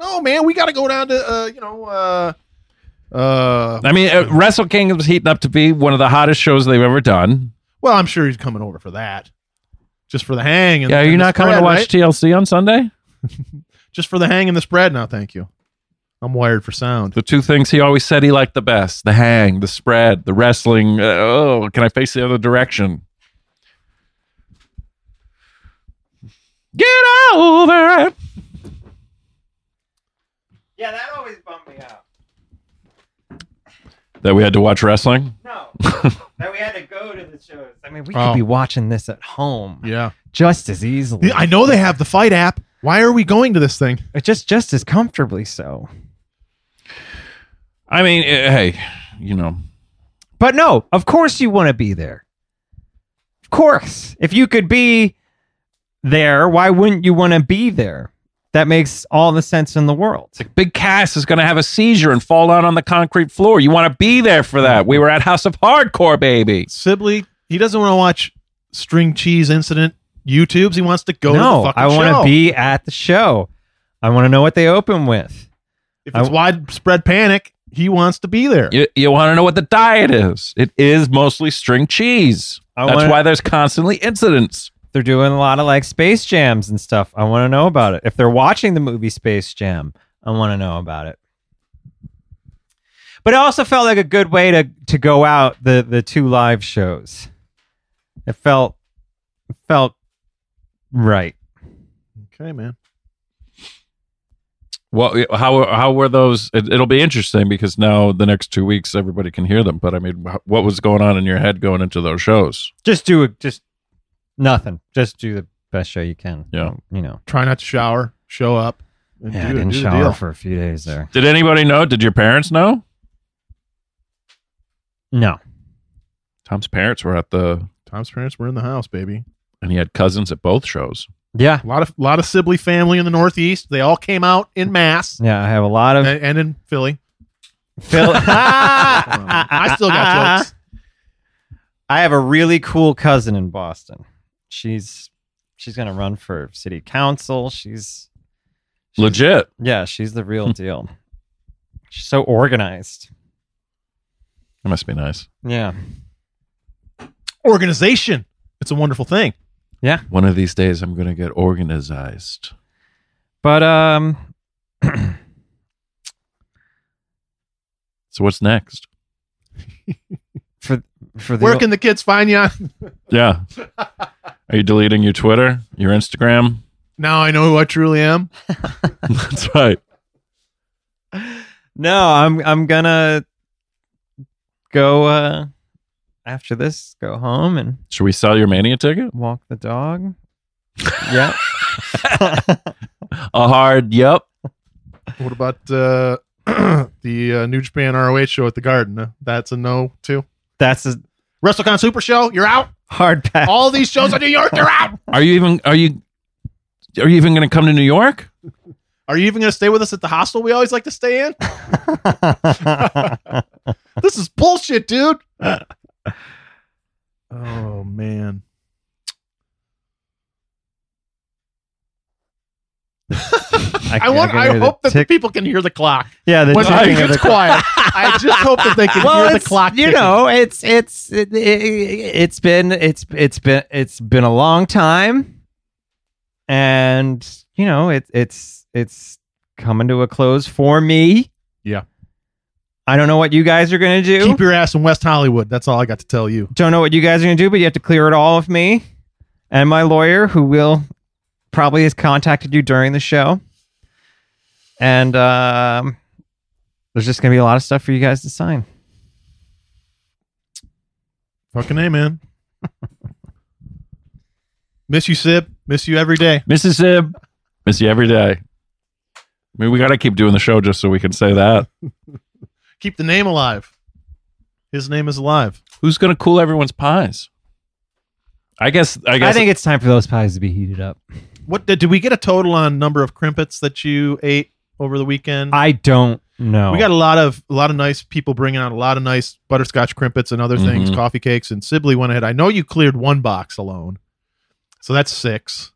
S3: No, man, we got to go down to uh, you know, uh, uh.
S2: I mean, uh, Wrestle Kingdom's heating up to be one of the hottest shows they've ever done.
S3: Well, I'm sure he's coming over for that, just for the hang. And
S2: Yeah, are
S3: and
S2: you
S3: the
S2: not coming
S3: spread,
S2: to watch
S3: right?
S2: TLC on Sunday?
S3: just for the hang and the spread. No, thank you. I'm wired for sound.
S2: The two things he always said he liked the best: the hang, the spread, the wrestling. Uh, oh, can I face the other direction? Get over it.
S4: Yeah, that always bummed me out.
S2: That we had to watch wrestling.
S4: [LAUGHS] No, that we had to go to the shows. I mean, we
S3: Oh.
S4: could be watching this at home
S3: Yeah,
S4: just as easily,
S3: I know they have the fight app. Why are we going to this thing?
S4: just just as comfortably. So,
S2: I mean, eh, hey, you know,
S4: but no, of course you want to be there. Of course, if you could be there, why wouldn't you want to be there? That makes all the sense in the world.
S2: Big Cass is going to have a seizure and fall down on the concrete floor. You want to be there for that. We were at House of Hardcore, baby.
S3: Sibley, he doesn't want to watch string cheese incident YouTubes. He wants to go
S4: no,
S3: to the fucking
S4: I want
S3: show.
S4: to be at the show. I want to know what they open with.
S3: If it's widespread panic, he wants to be there.
S2: You, you want to know what the diet is? It is mostly string cheese.
S4: I
S2: That's
S4: wanna-
S2: why there's constantly incidents.
S4: they're doing a lot of like space jams and stuff. I want to know about it. If they're watching the movie Space Jam, I want to know about it. But it also felt like a good way to to go out the the two live shows. It felt it felt right.
S3: Okay, man.
S2: Well, how how were those? It, it'll be interesting because now the next two weeks everybody can hear them. But I mean, wh- what was going on in your head going into those shows?
S4: Just do it. Just nothing. Just do the best show you can.
S2: Yeah.
S4: you know.
S3: Try not to shower. Show up. And
S4: Yeah, I
S3: do, it,
S4: didn't
S3: do the
S4: shower
S3: deal.
S4: for a few days there.
S2: Did anybody know? Did your parents know?
S4: No.
S2: Tom's parents were at the,
S3: Tom's parents were in the house, baby.
S2: and he had cousins at both shows.
S4: Yeah.
S3: A lot of lot of Sibley family in the Northeast. They all came out in mass
S4: Yeah, I have a lot
S3: and,
S4: of
S3: and in Philly.
S4: [LAUGHS]
S3: [LAUGHS]
S4: Phil- [LAUGHS]
S3: I still got jokes.
S4: I have a really cool cousin in Boston. She's she's gonna run for city council. She's, she's
S2: Legit.
S4: Yeah, she's the
S5: Hmm.
S4: real deal. She's so organized.
S2: It must be nice.
S4: Yeah.
S3: Organization. It's a wonderful thing.
S2: One of these days, I'm going to get organized.
S4: But um [CLEARS THROAT]
S2: So what's next?
S4: for for the
S3: Where can the kids find you?
S2: Yeah. Are you deleting your Twitter, your Instagram?
S3: [LAUGHS]
S2: [LAUGHS]
S3: Now I know who I truly am.
S2: That's right.
S4: No, I'm I'm gonna go uh after this, go home and
S2: Should we sell your mania ticket?
S4: walk the
S5: [LAUGHS]
S4: dog. yeah.
S2: A hard yep.
S3: What about uh, [CLEARS THROAT] the uh, New Japan ROH show at the Garden? Uh, that's a no too.
S4: That's a
S3: WrestleCon Super Show, you're out.
S4: hard pass.
S3: All these shows in New York, you're
S4: [LAUGHS]
S3: out.
S2: Are you even are you are you even going to come to New York?
S3: Are you even going to stay with us at the hostel we always like to stay in?
S5: Oh.
S4: [LAUGHS]
S5: [LAUGHS]
S3: This is bullshit, dude. Oh man.
S4: I,
S5: I want.
S4: can
S5: I
S4: hear the
S5: hope that the
S4: tick-
S5: people can hear the clock.
S4: yeah, the
S5: When
S2: I-
S4: ticking of
S5: it's
S4: the
S5: quiet. I just hope that they
S3: [LAUGHS]
S5: can
S4: well,
S5: hear the
S4: it's-
S5: clock.
S4: you
S5: ticking.
S4: know, it's it's it, it, has been it's it's been it's been a long time, and you know it it's it's coming to a close for me.
S3: Yeah.
S4: I don't know what you guys are gonna do.
S5: keep your ass in West Hollywood. That's all I got to tell you.
S4: don't know what you guys are gonna do, but you have to clear it all of me and my lawyer, who will probably has contacted you during the show. And um, there's just gonna be a lot of stuff for you guys to sign.
S3: Fucking A man. Miss you, Sib. Miss you every day.
S2: Mrs. Sib, miss you every day. I mean, we got to keep doing the show just so we can say that.
S3: Keep the name alive. His name is alive.
S2: Who's going to cool everyone's pies? I guess. I
S4: I
S2: guess.
S4: think it's time for those pies to be heated up.
S3: What did, did we get a total on number of crimpets that you ate over the weekend?
S4: I don't know.
S3: We got a lot of a lot of nice people bringing out a lot of nice butterscotch crimpets and other things,
S4: Mm-hmm.
S2: Mhm.
S3: coffee cakes, and Sibley went ahead. I know you cleared one box alone, so that's six.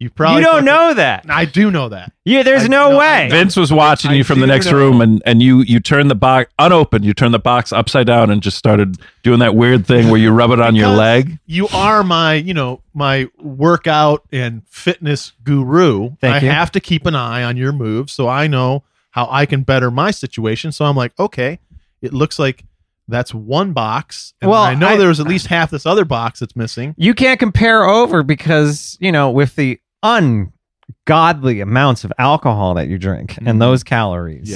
S3: You probably
S4: you don't
S3: fucking-
S4: know that.
S3: I do know that.
S4: Yeah,
S3: I-
S4: there's no,
S3: no, I
S4: way.
S2: Vince was watching
S3: I
S2: you from the
S3: do
S2: next
S3: know.
S2: room, and, and you you turned the box unopened. You turned the box upside down and just started doing that weird thing where you rub it on your
S3: Because-
S2: leg.
S3: You are my, you know, my workout and fitness guru.
S4: Thank
S3: I
S4: you.
S3: have to keep an eye on your moves so I know how I can better my situation. So I'm like, okay, it looks like that's one box. And
S4: Well,
S3: I know
S4: I-
S3: there's at least half this other box that's missing.
S4: you can't compare over because, you know, with the ungodly amounts of alcohol that you drink
S3: Mm-hmm.
S4: and those calories.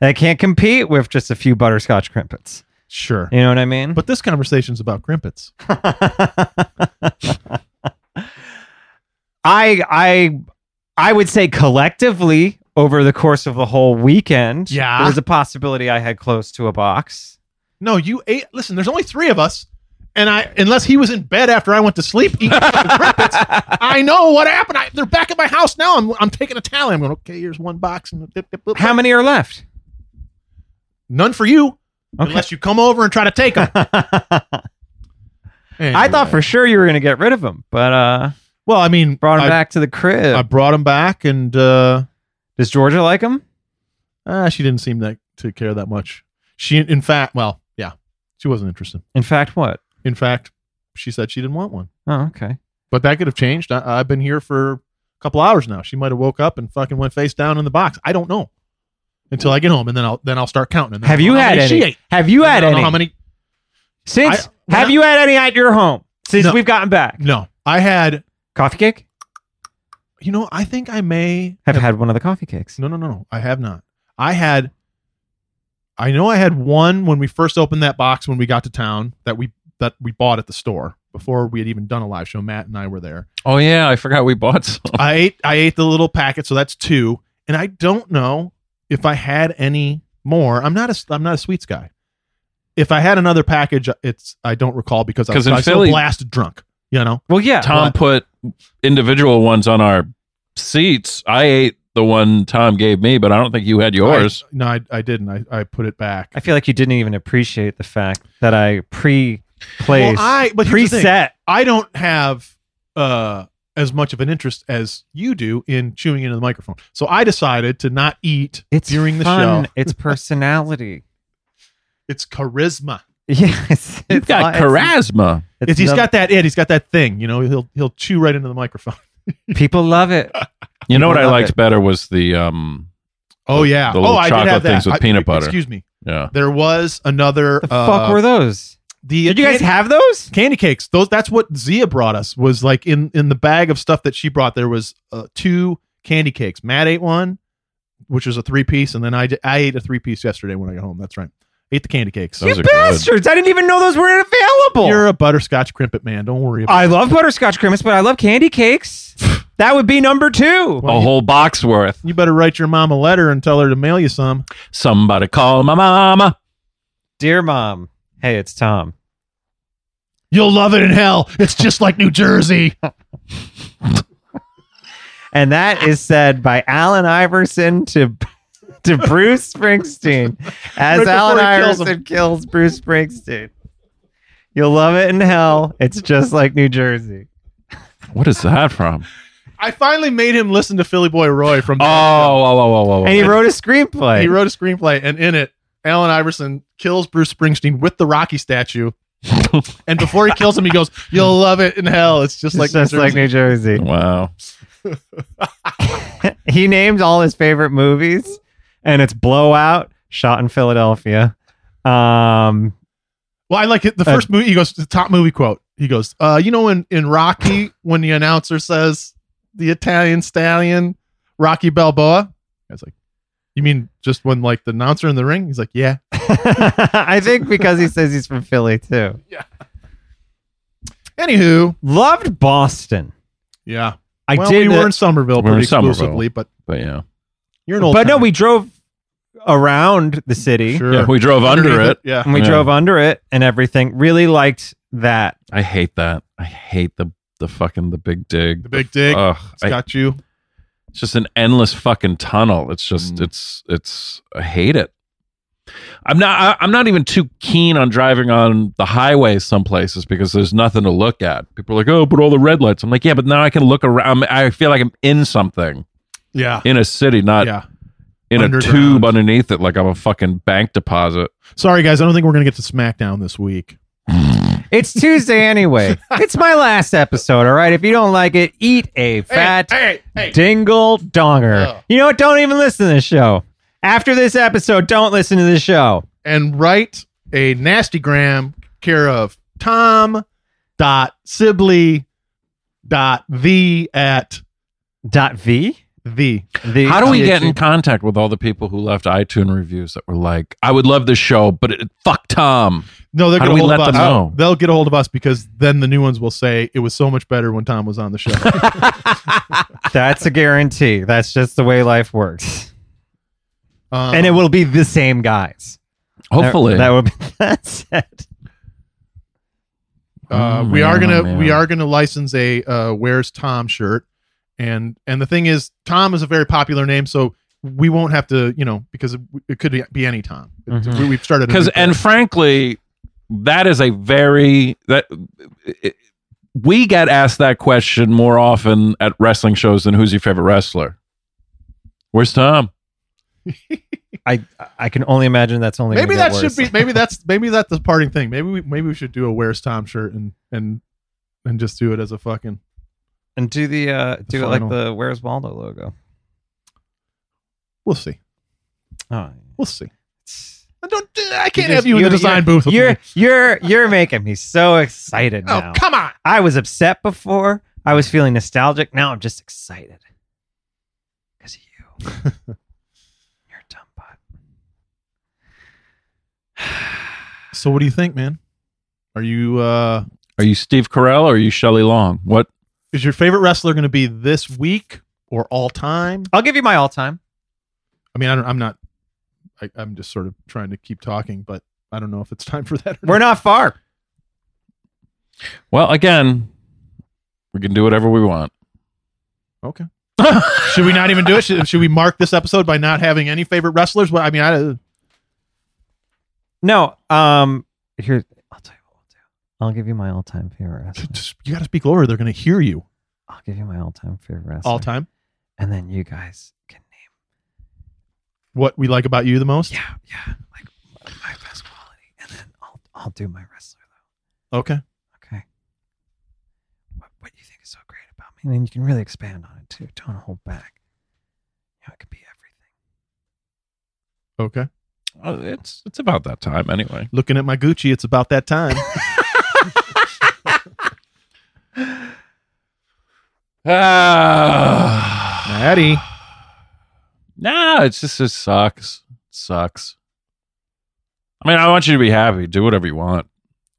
S4: That can't compete with just a few butterscotch crimpets.
S3: sure.
S4: You know what I mean?
S3: But this conversation's about crimpets.
S4: I I I would say collectively over the course of the whole weekend,
S3: Yeah.
S4: there was a possibility I had close to a box.
S3: No, you ate. Listen, there's only three of us, and I unless he was in bed after I went to sleep eating
S4: [LAUGHS]
S3: fucking crimpets, I know what happened. I, they're back at my house now. I'm I'm taking a tally. I'm going okay. Here's one box and dip, dip, dip,
S4: How many are left?
S3: none for you
S4: Okay.
S3: unless you come over and try to take
S4: [LAUGHS]
S3: them.
S4: I thought for sure you were going to get rid of them, but uh,
S3: well, I mean,
S4: brought them
S3: I,
S4: back to the crib.
S3: I brought him back, and uh,
S4: Does Georgia like them?
S3: uh, she didn't seem that to care that much. She, in fact, well, yeah, she wasn't interested.
S4: In fact, what?
S3: In fact, she said she didn't want one.
S4: Oh, okay.
S3: But that could have changed. I, I've been here for a couple hours now. She might have woke up and fucking went face down in the box. I don't know until I get home, and then I'll then I'll start counting. And then
S4: Have
S3: I'll
S4: you
S3: know how
S4: had
S3: many She
S4: any?
S3: ate.
S4: Have you
S3: And
S4: had
S3: I don't know
S4: any?
S3: How many? I-
S4: Since have
S3: no.
S4: you had any at your home since
S3: No.
S4: we've gotten back?
S3: No, I had.
S4: Coffee cake?
S3: You know, I think I may
S4: Have had one of the coffee cakes.
S3: No, no, no, no. I have not. I had. I know I had one when we first opened that box when we got to town that we that we bought at the store before we had even done a live show. Matt and I were there.
S2: Oh yeah, I forgot we bought some.
S3: I ate I ate the little packet, so that's two. And I don't know if I had any more. I'm not a I'm not a sweets guy. If I had another package, it's I don't recall because I
S2: 'Cause
S3: was,
S2: in
S3: I was so
S2: Philly-
S3: blasted drunk. You know,
S4: Well, yeah.
S2: Tom put individual ones on our seats. I ate the one Tom gave me, but I don't think you had yours.
S3: I, no, I, I didn't. I, I put it back.
S4: I feel like you didn't even appreciate the fact that I
S3: Well,
S4: pre-placed,
S3: I but here's the thing.
S4: preset.
S3: I don't have uh as much of an interest as you do in chewing into the microphone. So I decided to not eat
S4: It's
S3: during the
S4: fun.
S3: show. [LAUGHS]
S4: It's personality.
S3: It's charisma.
S4: yes,
S2: You've got charisma.
S4: It's,
S3: It's, he's
S4: num-
S3: got that it. He's got that thing. You know, he'll he'll chew right into the microphone.
S4: people love it.
S2: You know what
S4: People
S2: I
S4: love
S2: liked
S4: it.
S2: better was the um
S3: Oh yeah.
S2: the
S3: oh,
S2: little
S3: I did
S2: chocolate
S3: have that.
S2: things with
S3: I-
S2: peanut butter.
S3: Excuse me.
S2: yeah.
S3: There was another.
S4: The
S3: uh,
S4: fuck were those?
S3: the
S4: Did you guys
S3: candy-
S4: have those?
S3: candy cakes? Those. That's what Zia brought us. Was like in in the bag of stuff that she brought. There was uh, two candy cakes. Matt ate one, which was a three piece, and then I di- I ate a three piece yesterday when I got home. That's right. Ate the candy cakes.
S2: Those
S4: you
S2: are good.
S4: bastards! I didn't even know those were available.
S3: You're a butterscotch crimpet man. Don't worry about
S4: I love butterscotch creams, but I love candy [LAUGHS] cakes. that would be number two.
S2: a whole box worth.
S3: it. You better write your mom a letter and tell her to mail you some.
S2: Somebody call my mama.
S4: Dear mom, hey, it's Tom.
S3: You'll love it in hell. It's just like New Jersey.
S4: And that is said by Alan Iverson to [LAUGHS] to [LAUGHS] Bruce Springsteen as
S3: Right before
S4: Alan
S3: he kills
S4: Iverson kills Bruce Springsteen. You'll love it in hell. It's just like New Jersey.
S2: What is that from?
S3: [LAUGHS] I finally made him listen to Philly Boy Roy from.
S2: Oh, oh, oh, oh, oh.
S4: And he wrote a screenplay.
S3: He wrote a screenplay, and in it, Alan Iverson kills Bruce Springsteen with the Rocky statue. and before he kills him, he goes, "You'll love it in hell." It's just
S4: It's
S3: like
S4: just
S3: New
S4: like
S3: Jersey.
S4: New Jersey.
S2: [LAUGHS] wow.
S4: [LAUGHS] he named all his favorite movies, and it's Blowout, shot in Philadelphia. Um,
S3: Well, I like it. The
S4: Uh,
S3: first movie, he goes the top movie quote. He goes, uh, "You know, in in Rocky, when the announcer says the Italian stallion, Rocky Balboa." I was like, "You mean just when like the announcer in the ring?" He's like, "Yeah."
S4: [LAUGHS] I think because he says he's from Philly too.
S3: Anywho,
S4: Loved Boston.
S3: yeah.
S4: I
S3: well,
S4: did.
S3: We were
S4: uh,
S3: in Somerville
S2: We were
S3: pretty
S2: in Somerville.
S3: exclusively, but
S2: But yeah.
S3: you're an old.
S4: but no,
S3: timer.
S4: we drove around the city
S3: sure.
S2: Yeah, we drove under
S3: Underneath
S2: it.
S3: Yeah.
S4: and we
S2: Yeah.
S4: drove under it and everything. Really liked that.
S2: I hate that. I hate the the fucking the big dig.
S3: The big dig.
S2: Ugh,
S3: it's
S2: I-
S3: got you.
S2: it's just an endless fucking tunnel. It's just
S3: Mm.
S2: it's it's I hate it. I'm not I, I'm not even too keen on driving on the highways some places because there's nothing to look at. People are like, "Oh, but all the red lights." I'm like, "Yeah, but now I can look around. I feel like I'm in something
S3: Yeah.
S2: in a city, not
S3: yeah.
S2: in a
S3: Underground.
S2: tube underneath it like I'm a fucking bank deposit."
S3: Sorry, guys. I don't think we're gonna get to SmackDown this week.
S4: It's Tuesday anyway.
S3: [LAUGHS]
S4: it's my last episode. All right. If you don't like it, eat a fat
S3: Hey, Oh. hey.
S4: dingle donger.
S3: Ugh.
S4: You know what? Don't even listen to this show. After this episode, don't listen to this show.
S3: and write a nasty gram care of Tom dot Sibley dot the at
S4: Dot V.
S3: the
S4: The
S2: How do we get
S4: THC?
S2: in contact with all the people who left iTunes reviews that were like, "I would love this show, but it, fuck Tom."
S3: no they're
S2: How
S3: gonna
S2: do we
S3: hold
S2: let
S3: of us.
S2: them know?
S3: they'll get a hold of us because then the new ones will say it was so much better when Tom was on the [LAUGHS] show
S4: That's a guarantee. That's just the way life works.
S3: um,
S4: And it will be the same guys.
S2: Hopefully.
S4: That, that would be [LAUGHS] that's it.
S3: uh,
S2: Oh,
S3: we are
S2: man,
S3: gonna
S2: oh, man.
S3: we are gonna license a uh, where's Tom shirt and and the thing is Tom is a very popular name so we won't have to you know because it, it could be, be any Tom
S4: Mhm.
S3: we, have started
S2: Mm-hmm.
S3: a new
S2: because
S3: thing.
S2: and frankly that is a very that it, we get asked that question more often at wrestling shows than who's your favorite wrestler where's tom
S4: I I can only imagine that's only
S3: maybe
S4: gonna
S3: that
S4: get
S3: should be
S2: [LAUGHS]
S4: worse.
S3: maybe that's maybe that's the parting thing maybe we maybe we should do a where's tom shirt and and and just do it as a fucking
S4: and do the uh do it like
S3: Final.
S4: the Where's Waldo logo.
S3: we'll see
S4: Oh.
S3: we'll see I don't i can't have you in the
S4: You're-
S3: design
S4: you're-
S3: booth with
S4: you're
S3: me.
S4: you're you're making me so excited
S3: oh
S4: now.
S3: come on
S4: I was upset before. I was feeling nostalgic. Now I'm just excited because of
S3: [LAUGHS]
S4: you. You're a dumb butt.
S3: so what do you think man are you uh
S2: are you steve carell or are you shelley long what
S3: is your favorite wrestler going to be this week or all time
S4: I'll give you my all time.
S3: i mean I don't, i'm not I, i'm just sort of trying to keep talking but i don't know if it's [LAUGHS] time for that or
S4: We're not far.
S2: well again we can do whatever we want
S3: okay should we not even do it should, should we mark this episode by not having any favorite wrestlers well i mean i
S4: No. Um. Here, I'll tell you what we'll do. I'll give you my all-time favorite wrestler.
S3: [LAUGHS] just, you got to speak lower. They're going to hear you
S4: I'll give you my all-time favorite wrestler.
S3: all time.
S4: And then you guys can name.
S3: What we like about you the most?
S4: Yeah, yeah. Like my best quality, and then I'll I'll do my wrestler though.
S3: Okay.
S4: Okay. What what you think is so great about me, and then you can really expand on it too. Don't hold back. You know, it could be everything.
S3: Okay.
S2: Oh, it's it's about that time
S3: [SIGHS]
S2: anyway [SIGHS]
S3: Looking at my Gucci, it's about that time.
S2: ah
S3: [LAUGHS] Maddie.
S2: nah it's just it sucks sucks i mean i want you to be happy do whatever you want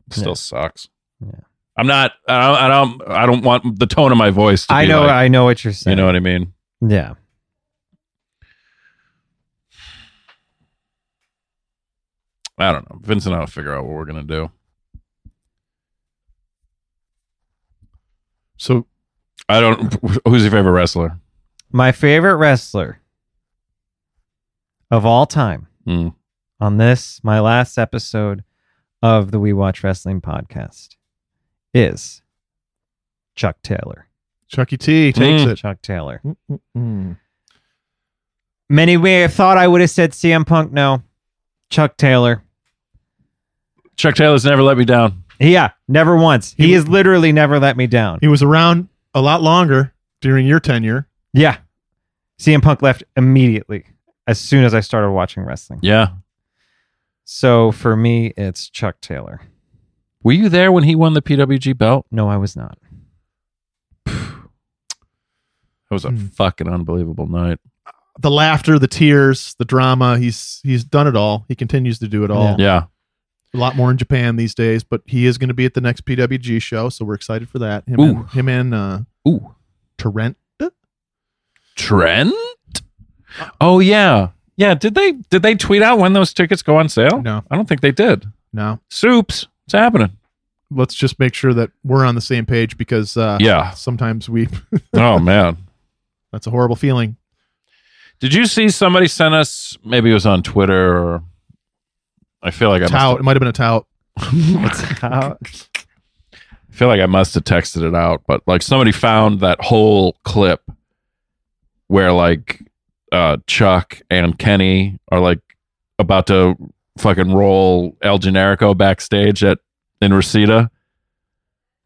S2: it still
S4: Yeah.
S2: sucks
S4: Yeah.
S2: i'm not I don't, I don't i don't want the tone of my voice to
S4: I
S2: be
S4: know.
S2: like-
S4: I know what you're saying.
S2: you know what i mean
S4: Yeah.
S2: i don't know vincent i'll figure out what we're gonna do
S3: So
S2: i don't [LAUGHS] who's your favorite wrestler
S4: My favorite wrestler of all time
S2: Mm.
S4: on this, my last episode, of the We Watch Wrestling podcast is Chuck Taylor.
S3: Chucky E. T takes
S2: Mm.
S3: it.
S4: Chuck Taylor.
S3: Mm-mm-mm.
S4: Many may have thought I would have said CM Punk. No, Chuck Taylor.
S2: Chuck Taylor's never let me down.
S4: Yeah, never once. He,
S3: He-
S4: has literally never let me down.
S3: He was around a lot longer during your tenure.
S4: yeah. CM Punk left immediately as soon as I started watching wrestling.
S2: Yeah.
S4: So for me, it's Chuck Taylor.
S2: Were you there when he won the PWG belt?
S4: No, I was not.
S2: That was a
S3: Hmm.
S2: fucking unbelievable night.
S3: The laughter, the tears, the drama. He's he's done it all. He continues to do it all.
S2: Yeah.
S3: A lot more in Japan these days, but he is going to be at the next PWG show, so we're excited for that. Him
S2: Ooh.
S3: and, him and uh,
S2: Ooh.
S3: Torrent.
S2: Trent?
S3: Uh.
S2: Oh yeah. Yeah. Did they did they tweet out when those tickets go on sale?
S3: No.
S2: I don't think they did.
S3: No,
S2: Soups. What's happening?
S3: let's just make sure that we're on the same page because uh,
S2: Yeah.
S3: sometimes we
S2: Oh
S3: [LAUGHS]
S2: man.
S3: that's a horrible feeling.
S2: Did you see somebody sent us? Maybe it was on Twitter. or I feel like I
S3: Tout. It might have been a tout.
S2: must. Have,
S4: How-
S2: I feel like I must have texted it out, but like somebody found that whole clip where like uh, Chuck and Kenny are like about to fucking roll El Generico backstage at in Reseda.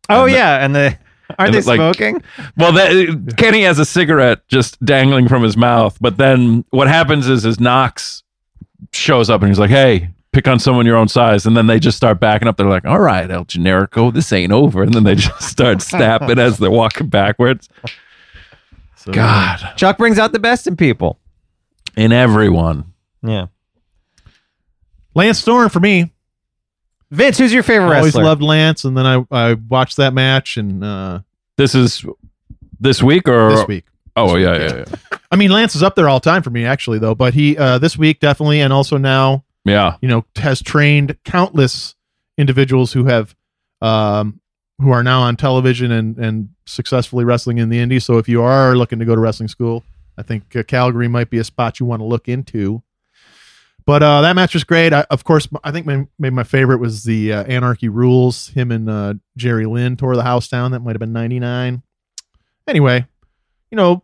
S4: oh
S2: And the-
S4: yeah, and the aren't
S2: and
S4: they
S2: the, like-
S4: smoking?
S2: Well, that, uh, Kenny has a cigarette just dangling from his mouth, but then what happens is is Knox shows up and he's like, "Hey, pick on someone your own size," and then they just start backing up. They're like, "All right, El Generico, this ain't over," and then they just [LAUGHS] start snapping as they're walking backwards.
S3: So,
S2: God,
S4: Chuck brings out the best in people.
S2: in everyone,
S4: Yeah.
S3: Lance Storm for me.
S4: Vince, who's your favorite
S3: I always
S4: wrestler?
S3: loved Lance, and then I I watched that match and uh,
S2: this is this week or
S3: this week.
S2: Oh yeah, yeah, yeah,
S3: I mean, Lance is up there all time for me actually, though. But he uh, this week definitely, and also now
S2: yeah.
S3: you know has trained countless individuals who have um, who are now on television and and successfully wrestling in the indies. So if you are looking to go to wrestling school, I think uh, Calgary might be a spot you want to look into. But uh, that match was great. I, of course, I think my, maybe my favorite was the uh, Anarchy Rules. Him and uh, Jerry Lynn tore the house down. That might have been '99. Anyway, you know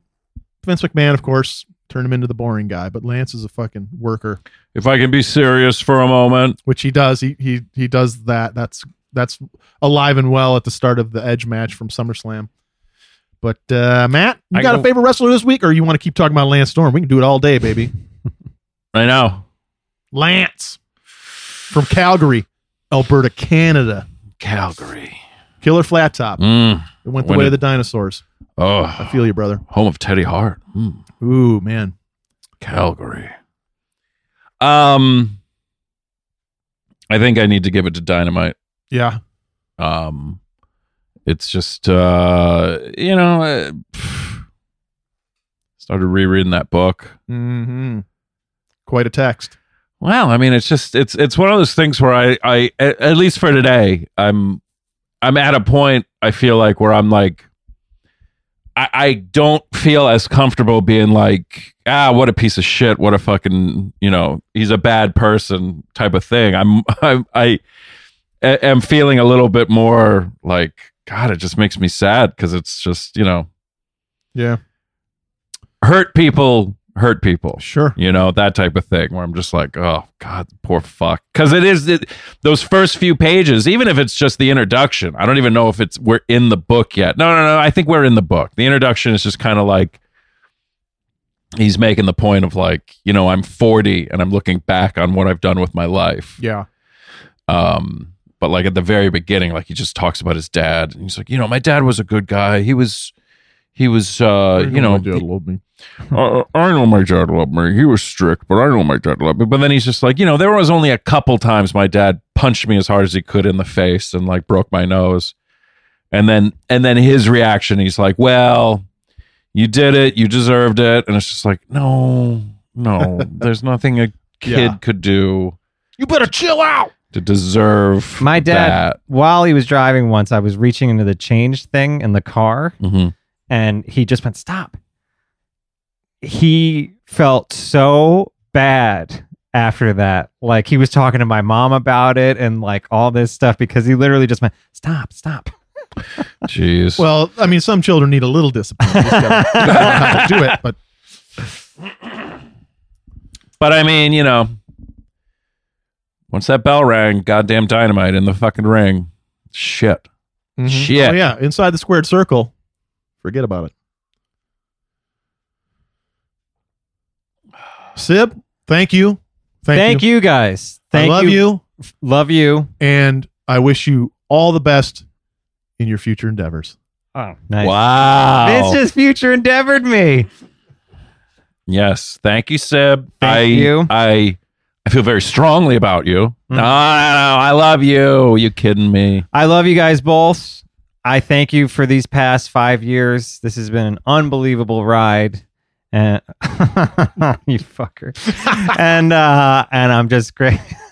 S3: Vince McMahon, of course, turned him into the boring guy. But Lance is a fucking worker
S2: If I can be serious for a moment,
S3: which he does. He he he does that. That's that's alive and well at the start of the Edge match from SummerSlam. But uh, Matt, you
S2: I
S3: got
S2: go-
S3: a favorite wrestler this week, or you want to keep talking about Lance Storm? We can do it all day, baby.
S2: I know
S3: Lance from Calgary, Alberta, Canada.
S2: Calgary.
S3: Killer flat top.
S2: Mm.
S3: It went the
S2: When
S3: way
S2: it-
S3: of the dinosaurs. I
S2: Oh,
S3: feel you, brother.
S2: home of Teddy Hart. Mm.
S3: Ooh, man.
S2: Calgary. Um, I think I need to give it to Dynamite.
S3: Yeah.
S2: Um, it's just uh, you know, uh, pff. [SIGHS] started rereading that book.
S3: Mm-hmm. Quite a text.
S2: Well, I mean, it's just it's it's one of those things where I I at, at least for today I'm I'm at a point I feel like where I'm like I I don't feel as comfortable being like ah what a piece of shit what a fucking you know he's a bad person type of thing I'm [LAUGHS] I'm I a- am feeling a little bit more like God it just makes me sad because it's just you know
S3: Yeah.
S2: hurt people hurt people
S3: Sure.
S2: you know that type of thing where i'm just like oh god poor fuck because it is it, those first few pages even if it's just the introduction i don't even know if it's we're in the book yet no no no i think we're in the book the introduction is just kind of like he's making the point of like you know i'm 40 and i'm looking back on what i've done with my life
S3: Yeah.
S2: um but like at the very beginning like he just talks about his dad and he's like you know my dad was a good guy he was he was uh you know he-
S3: loved me.
S2: uh, I know my dad loved me. He was strict, but I know my dad loved me. But then he's just like, you know, there was only a couple times my dad punched me as hard as he could in the face and like broke my nose. And then and then his reaction, he's like, well, you did it, you deserved it. And it's just like, no, [LAUGHS] no, there's nothing a kid
S3: Yeah.
S2: could do
S3: You better chill out.
S2: to deserve
S4: My dad,
S2: that.
S4: while he was driving once, I was reaching into the change thing in the car
S2: Mhm.
S4: and he just went, Stop. He felt so bad after that. Like he was talking to my mom about it and like all this stuff because he literally just went, "Stop, stop."
S2: Jeez.
S3: Well, I mean, some children need a little discipline. You just gotta- [LAUGHS] you don't know how to do it, but
S2: But I mean, you know, once that bell rang, goddamn dynamite in the fucking ring. Shit.
S3: Mhm.
S2: Shit.
S3: Oh, yeah, inside the squared circle, forget about it. Sib, thank you, thank,
S4: Thank
S3: you.
S4: you. guys. Thank
S3: I love you.
S4: Love you.
S3: and I wish you all the best in your future endeavors.
S4: Oh, nice.
S2: Wow.
S4: It's just future endeavored me.
S2: yes. Thank you, Sib.
S4: Thank
S2: I,
S4: you. Mm.
S2: I I feel very strongly about you. No, no, no, I love you. you kidding me?
S4: I love you guys both. I thank you for these past five years. This has been an unbelievable ride. And [LAUGHS] you
S3: [LAUGHS]
S4: fucker. and uh, and I'm just great. [LAUGHS]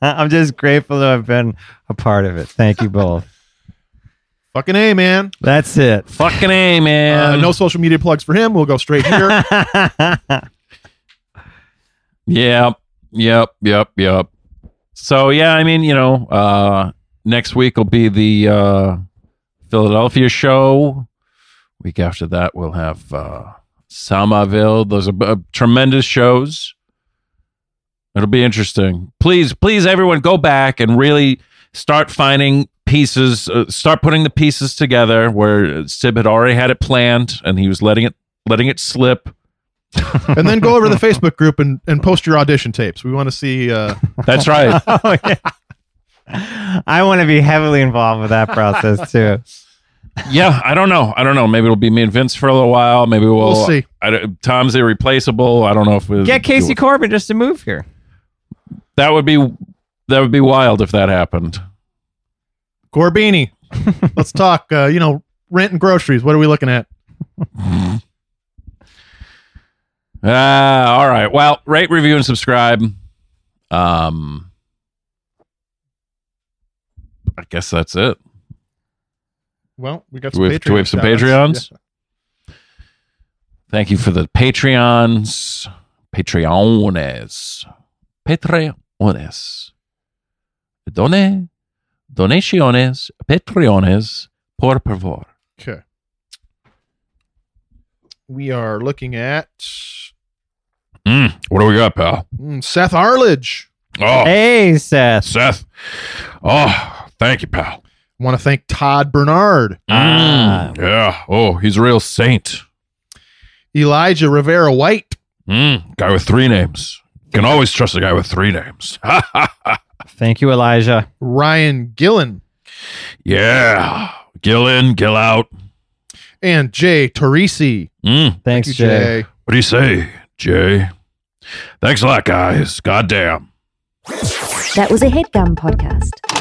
S4: I'm just grateful to have been a part of it. Thank you both.
S3: Fucking a man.
S4: That's it. [LAUGHS]
S2: Fucking A,
S3: Uh,
S2: man.
S3: no social media plugs for him. We'll go
S2: [LAUGHS]
S3: straight here.
S4: Oh,
S2: Yep. Yep. Yep. Yep. So yeah, I mean, you know, uh next week will be the uh Philadelphia show. Week after that we'll have uh Somerville. Those are uh, tremendous shows. It'll be interesting. Please, please everyone go back and really start finding pieces uh, start putting the pieces together where Sib had already had it planned and he was letting it letting it slip.
S3: and then go over to the Facebook group and, and post your audition tapes. We want to see. Uh,
S2: That's right.
S4: oh, yeah. I want to be heavily involved with that process too.
S2: yeah, I don't know. I don't know. Maybe it'll be me and Vince for a little while. Maybe we'll,
S3: we'll see.
S2: I don't- Tom's irreplaceable. I don't know if we
S4: Get Casey Corbin just to move here.
S2: That would be that would be wild if that happened. [LAUGHS]
S3: Corbini, let's talk. Uh, you know, rent and groceries. What are we looking at?
S2: Ah, all right. Well, rate, review, and subscribe. Um, I guess that's it.
S3: Well, we got
S2: Do we have- do we have some Patreons? Thank you for the Patreons, Patreones, Patreones, Done, donaciones, Patreones, por favor.
S3: Okay. We are looking at
S2: Mm, what do we got, pal?
S3: mm, Seth Arledge.
S2: Oh,
S4: Hey, Seth.
S2: Seth. Oh, thank you, pal.
S3: Want to thank Todd Bernard,
S4: Ah.
S2: Mm, yeah. Oh, he's a real saint.
S3: Elijah Rivera White,
S2: Mm, guy with three names. Can always trust a guy with three names. [LAUGHS] Ha ha ha.
S4: Thank you, Elijah.
S3: Ryan Gillen,
S2: Yeah. Gill in, gill out.
S3: and Jay Teresi.
S2: Mm.
S4: Thanks,
S3: Thank you,
S4: Jay.
S2: What do you say, Jay? Thanks a lot, guys. Goddamn.
S1: That was a headgum podcast.